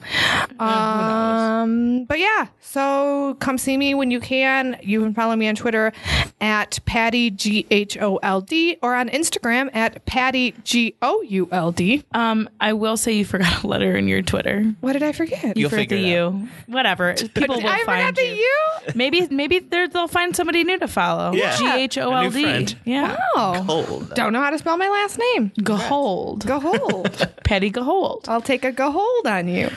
Speaker 1: Um, but yeah, so come see me when you can. You can follow me on Twitter at Patty G H O L D or on Instagram at Patty G O U L D.
Speaker 2: Um, I will say you forgot a letter in your Twitter.
Speaker 1: What did I forget?
Speaker 3: You'll
Speaker 2: for
Speaker 3: figure
Speaker 2: the
Speaker 3: it
Speaker 2: you. Whatever. People will
Speaker 1: I
Speaker 2: find
Speaker 1: forgot the
Speaker 2: you.
Speaker 1: you.
Speaker 2: Maybe maybe they're- they'll find somebody new to follow.
Speaker 3: Yeah.
Speaker 2: G H O
Speaker 3: A
Speaker 2: L
Speaker 3: new friend.
Speaker 2: D. Yeah.
Speaker 1: Oh,
Speaker 3: Gold.
Speaker 1: don't know how to spell my last name.
Speaker 2: Gehold.
Speaker 1: Gahold.
Speaker 2: Petty Gehold.
Speaker 1: I'll take a gahold on you.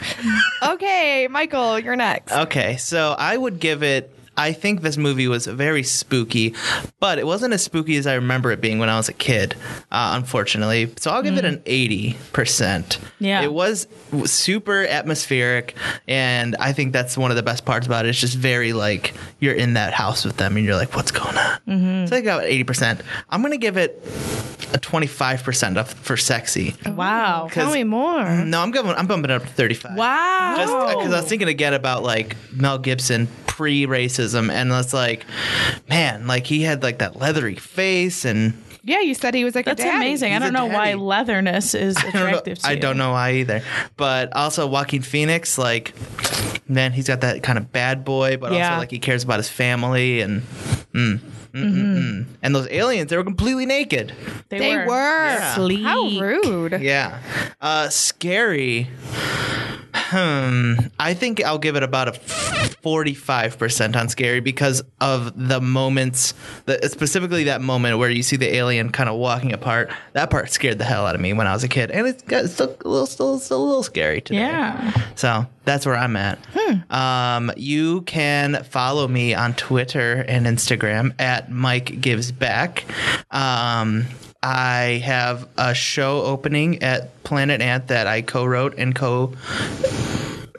Speaker 1: Okay, Michael, you're
Speaker 2: Oh.
Speaker 1: next.
Speaker 3: Okay, so I would give it. I think this movie was very spooky, but it wasn't as spooky as I remember it being when I was a kid, uh, unfortunately. So I'll give it an 80%.
Speaker 2: Yeah.
Speaker 3: It was w- super atmospheric, and I think that's one of the best parts about it. It's just very like you're in that house with them and you're like, what's going on? So I got 80%. I'm going to give it a 25% up for sexy.
Speaker 2: Wow.
Speaker 1: Oh. Tell me more.
Speaker 3: No, I'm going, I'm bumping it up to 35
Speaker 2: Wow.
Speaker 3: just because I
Speaker 2: Oh.
Speaker 3: was thinking again about like Mel Gibson pre-racism, and that's like, man, like he had like that leathery face, and
Speaker 1: Yeah, you said he was like
Speaker 2: That's
Speaker 1: a daddy.
Speaker 2: amazing. I
Speaker 3: He's
Speaker 2: don't
Speaker 3: a
Speaker 2: know why
Speaker 3: daddy.
Speaker 2: leatherness is
Speaker 3: I don't, know,
Speaker 2: attractive to
Speaker 3: I
Speaker 2: you.
Speaker 3: don't know why either. But also Joaquin Phoenix, like, man, he's got that kind of bad boy, but
Speaker 2: Yeah.
Speaker 3: also like he cares about his family and. Mm, mm, mm,
Speaker 2: Mm-hmm.
Speaker 3: mm. And those aliens, they were completely naked.
Speaker 2: They,
Speaker 1: They
Speaker 2: were.
Speaker 1: were.
Speaker 3: Yeah.
Speaker 2: Sleek.
Speaker 1: How rude.
Speaker 3: Yeah. Uh, scary. Hmm. I think I'll give it about a 45% on scary because of the moments, the, specifically that moment where you see the alien kind of walking apart. That part scared the hell out of me when I was a kid. And it's, got, it's still, a little, still, still a little scary today.
Speaker 2: Yeah.
Speaker 3: So that's where I'm at.
Speaker 2: Hmm.
Speaker 3: Um, you can follow me on Twitter and Instagram at Mike Gives Back. Um, I have a show opening at Planet Ant that I co-wrote and co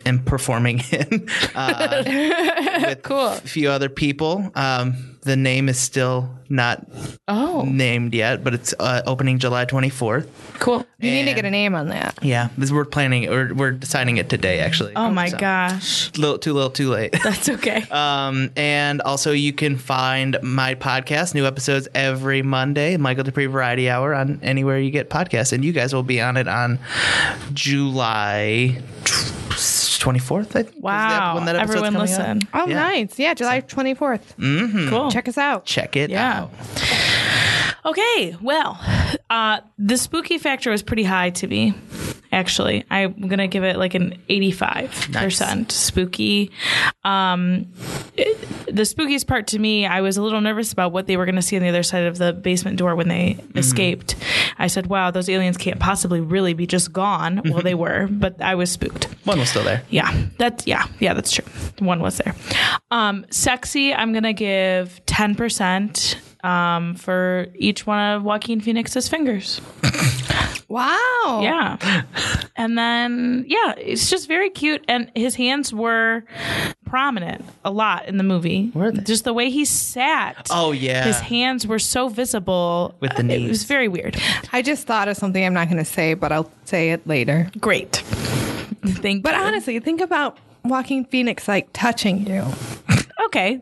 Speaker 3: am performing in uh, with
Speaker 2: Cool.
Speaker 3: a few other people. Um, the name is still not
Speaker 2: Oh,
Speaker 3: named yet, but it's uh, opening July 24th.
Speaker 2: cool.
Speaker 1: You need to
Speaker 3: And-
Speaker 1: get a name on that.
Speaker 3: Yeah, this we're planning. We're, we're deciding it today, actually.
Speaker 2: Oh my
Speaker 3: So
Speaker 2: gosh.
Speaker 3: little too little too late
Speaker 2: That's okay.
Speaker 3: um and also you can find my podcast new episodes every monday michael dupree variety hour on anywhere you get podcasts and you guys will be on it on july tw- 24th I think, is that
Speaker 2: wow.
Speaker 3: when that episode's
Speaker 2: Everyone
Speaker 3: coming Hmm.
Speaker 2: listen.
Speaker 3: out.
Speaker 1: Oh,
Speaker 3: Yeah.
Speaker 1: nice. Yeah, July 24th.
Speaker 2: Mm. Cool.
Speaker 1: Check us out.
Speaker 3: check it
Speaker 2: Yeah.
Speaker 3: out
Speaker 2: Okay, well, uh, the spooky factor was pretty high to me, actually. I'm going to give it like an 85% spooky. Um, it- the spookiest part to me, I was a little nervous about what they were going to see on the other side of the basement door when they escaped. I said, wow, those aliens can't possibly really be just gone. Well, they were, but I was spooked.
Speaker 3: one was still there
Speaker 2: Yeah, that's yeah, yeah, that's true. One was there. Um, sexy, I'm gonna give ten percent um, for each one of Joaquin Phoenix's fingers.
Speaker 1: Wow.
Speaker 3: Oh.
Speaker 2: Yeah, and then yeah, it's just very cute, and his hands were prominent a lot in the movie.
Speaker 3: Were they?
Speaker 2: Just the way he sat.
Speaker 3: oh yeah
Speaker 2: His hands were so visible
Speaker 3: With the
Speaker 2: Uh, It
Speaker 3: knees.
Speaker 2: was very weird.
Speaker 1: I just thought of something I'm not going to say, but I'll say it later.
Speaker 2: Great. Thank
Speaker 1: But
Speaker 2: you.
Speaker 1: honestly, think about Walking Phoenix like touching you.
Speaker 2: okay.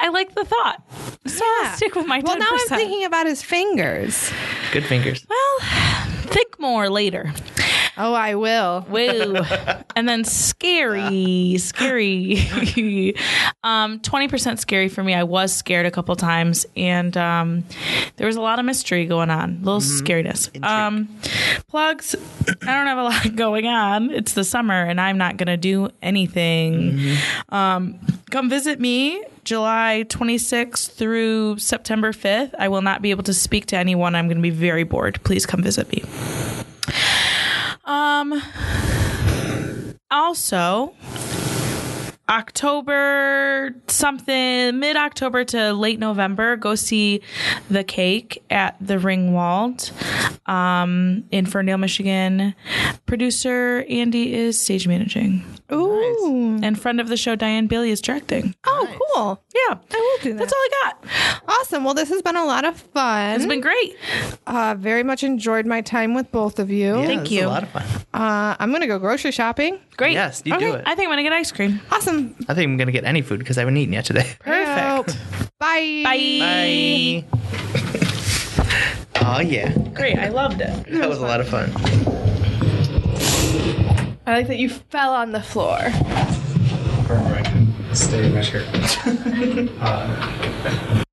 Speaker 2: I like the thought. So I'll
Speaker 1: Yeah.
Speaker 2: stick with my 10%.
Speaker 1: Well, now I'm thinking about his fingers.
Speaker 3: good fingers
Speaker 2: Well, think more later.
Speaker 1: Oh, I will.
Speaker 2: Woo. and then scary, scary. um, 20% scary for me. I was scared a couple times and um, there was a lot of mystery going on, a little scariness. Um, plugs, I don't have a lot going on. It's the summer and I'm not going to do anything. Um, come visit me July 26th through September 5th. I will not be able to speak to anyone. I'm going to be very bored. Please come visit me. Um. Also, October something, mid October to late November, go see the cake at the Ringwald um, in Ferndale, Michigan. Producer Andy is stage managing,
Speaker 1: Ooh.
Speaker 2: and friend of the show Diane Bailey is directing.
Speaker 1: Oh, cool.
Speaker 2: Yeah,
Speaker 1: I will do that.
Speaker 2: that's all I got.
Speaker 1: Awesome. Well, this has been a lot of fun.
Speaker 2: It's been great.
Speaker 1: uh, very much enjoyed my time with both of you.
Speaker 3: Yeah,
Speaker 2: Thank
Speaker 3: it's
Speaker 2: you.
Speaker 3: a lot of fun
Speaker 1: Uh, I'm going to go grocery shopping.
Speaker 2: Great.
Speaker 3: yes you
Speaker 1: Okay,
Speaker 3: do it I,
Speaker 2: I think I'm gonna get ice cream.
Speaker 1: Awesome.
Speaker 3: think i'm gonna get any food because i haven't eaten yet today
Speaker 2: Perfect.
Speaker 1: Yep. Bye.
Speaker 3: bye oh yeah
Speaker 2: Great. I loved it.
Speaker 3: that was a lot of fun
Speaker 1: I like that you fell on the floor.
Speaker 5: Stay right here. Uh,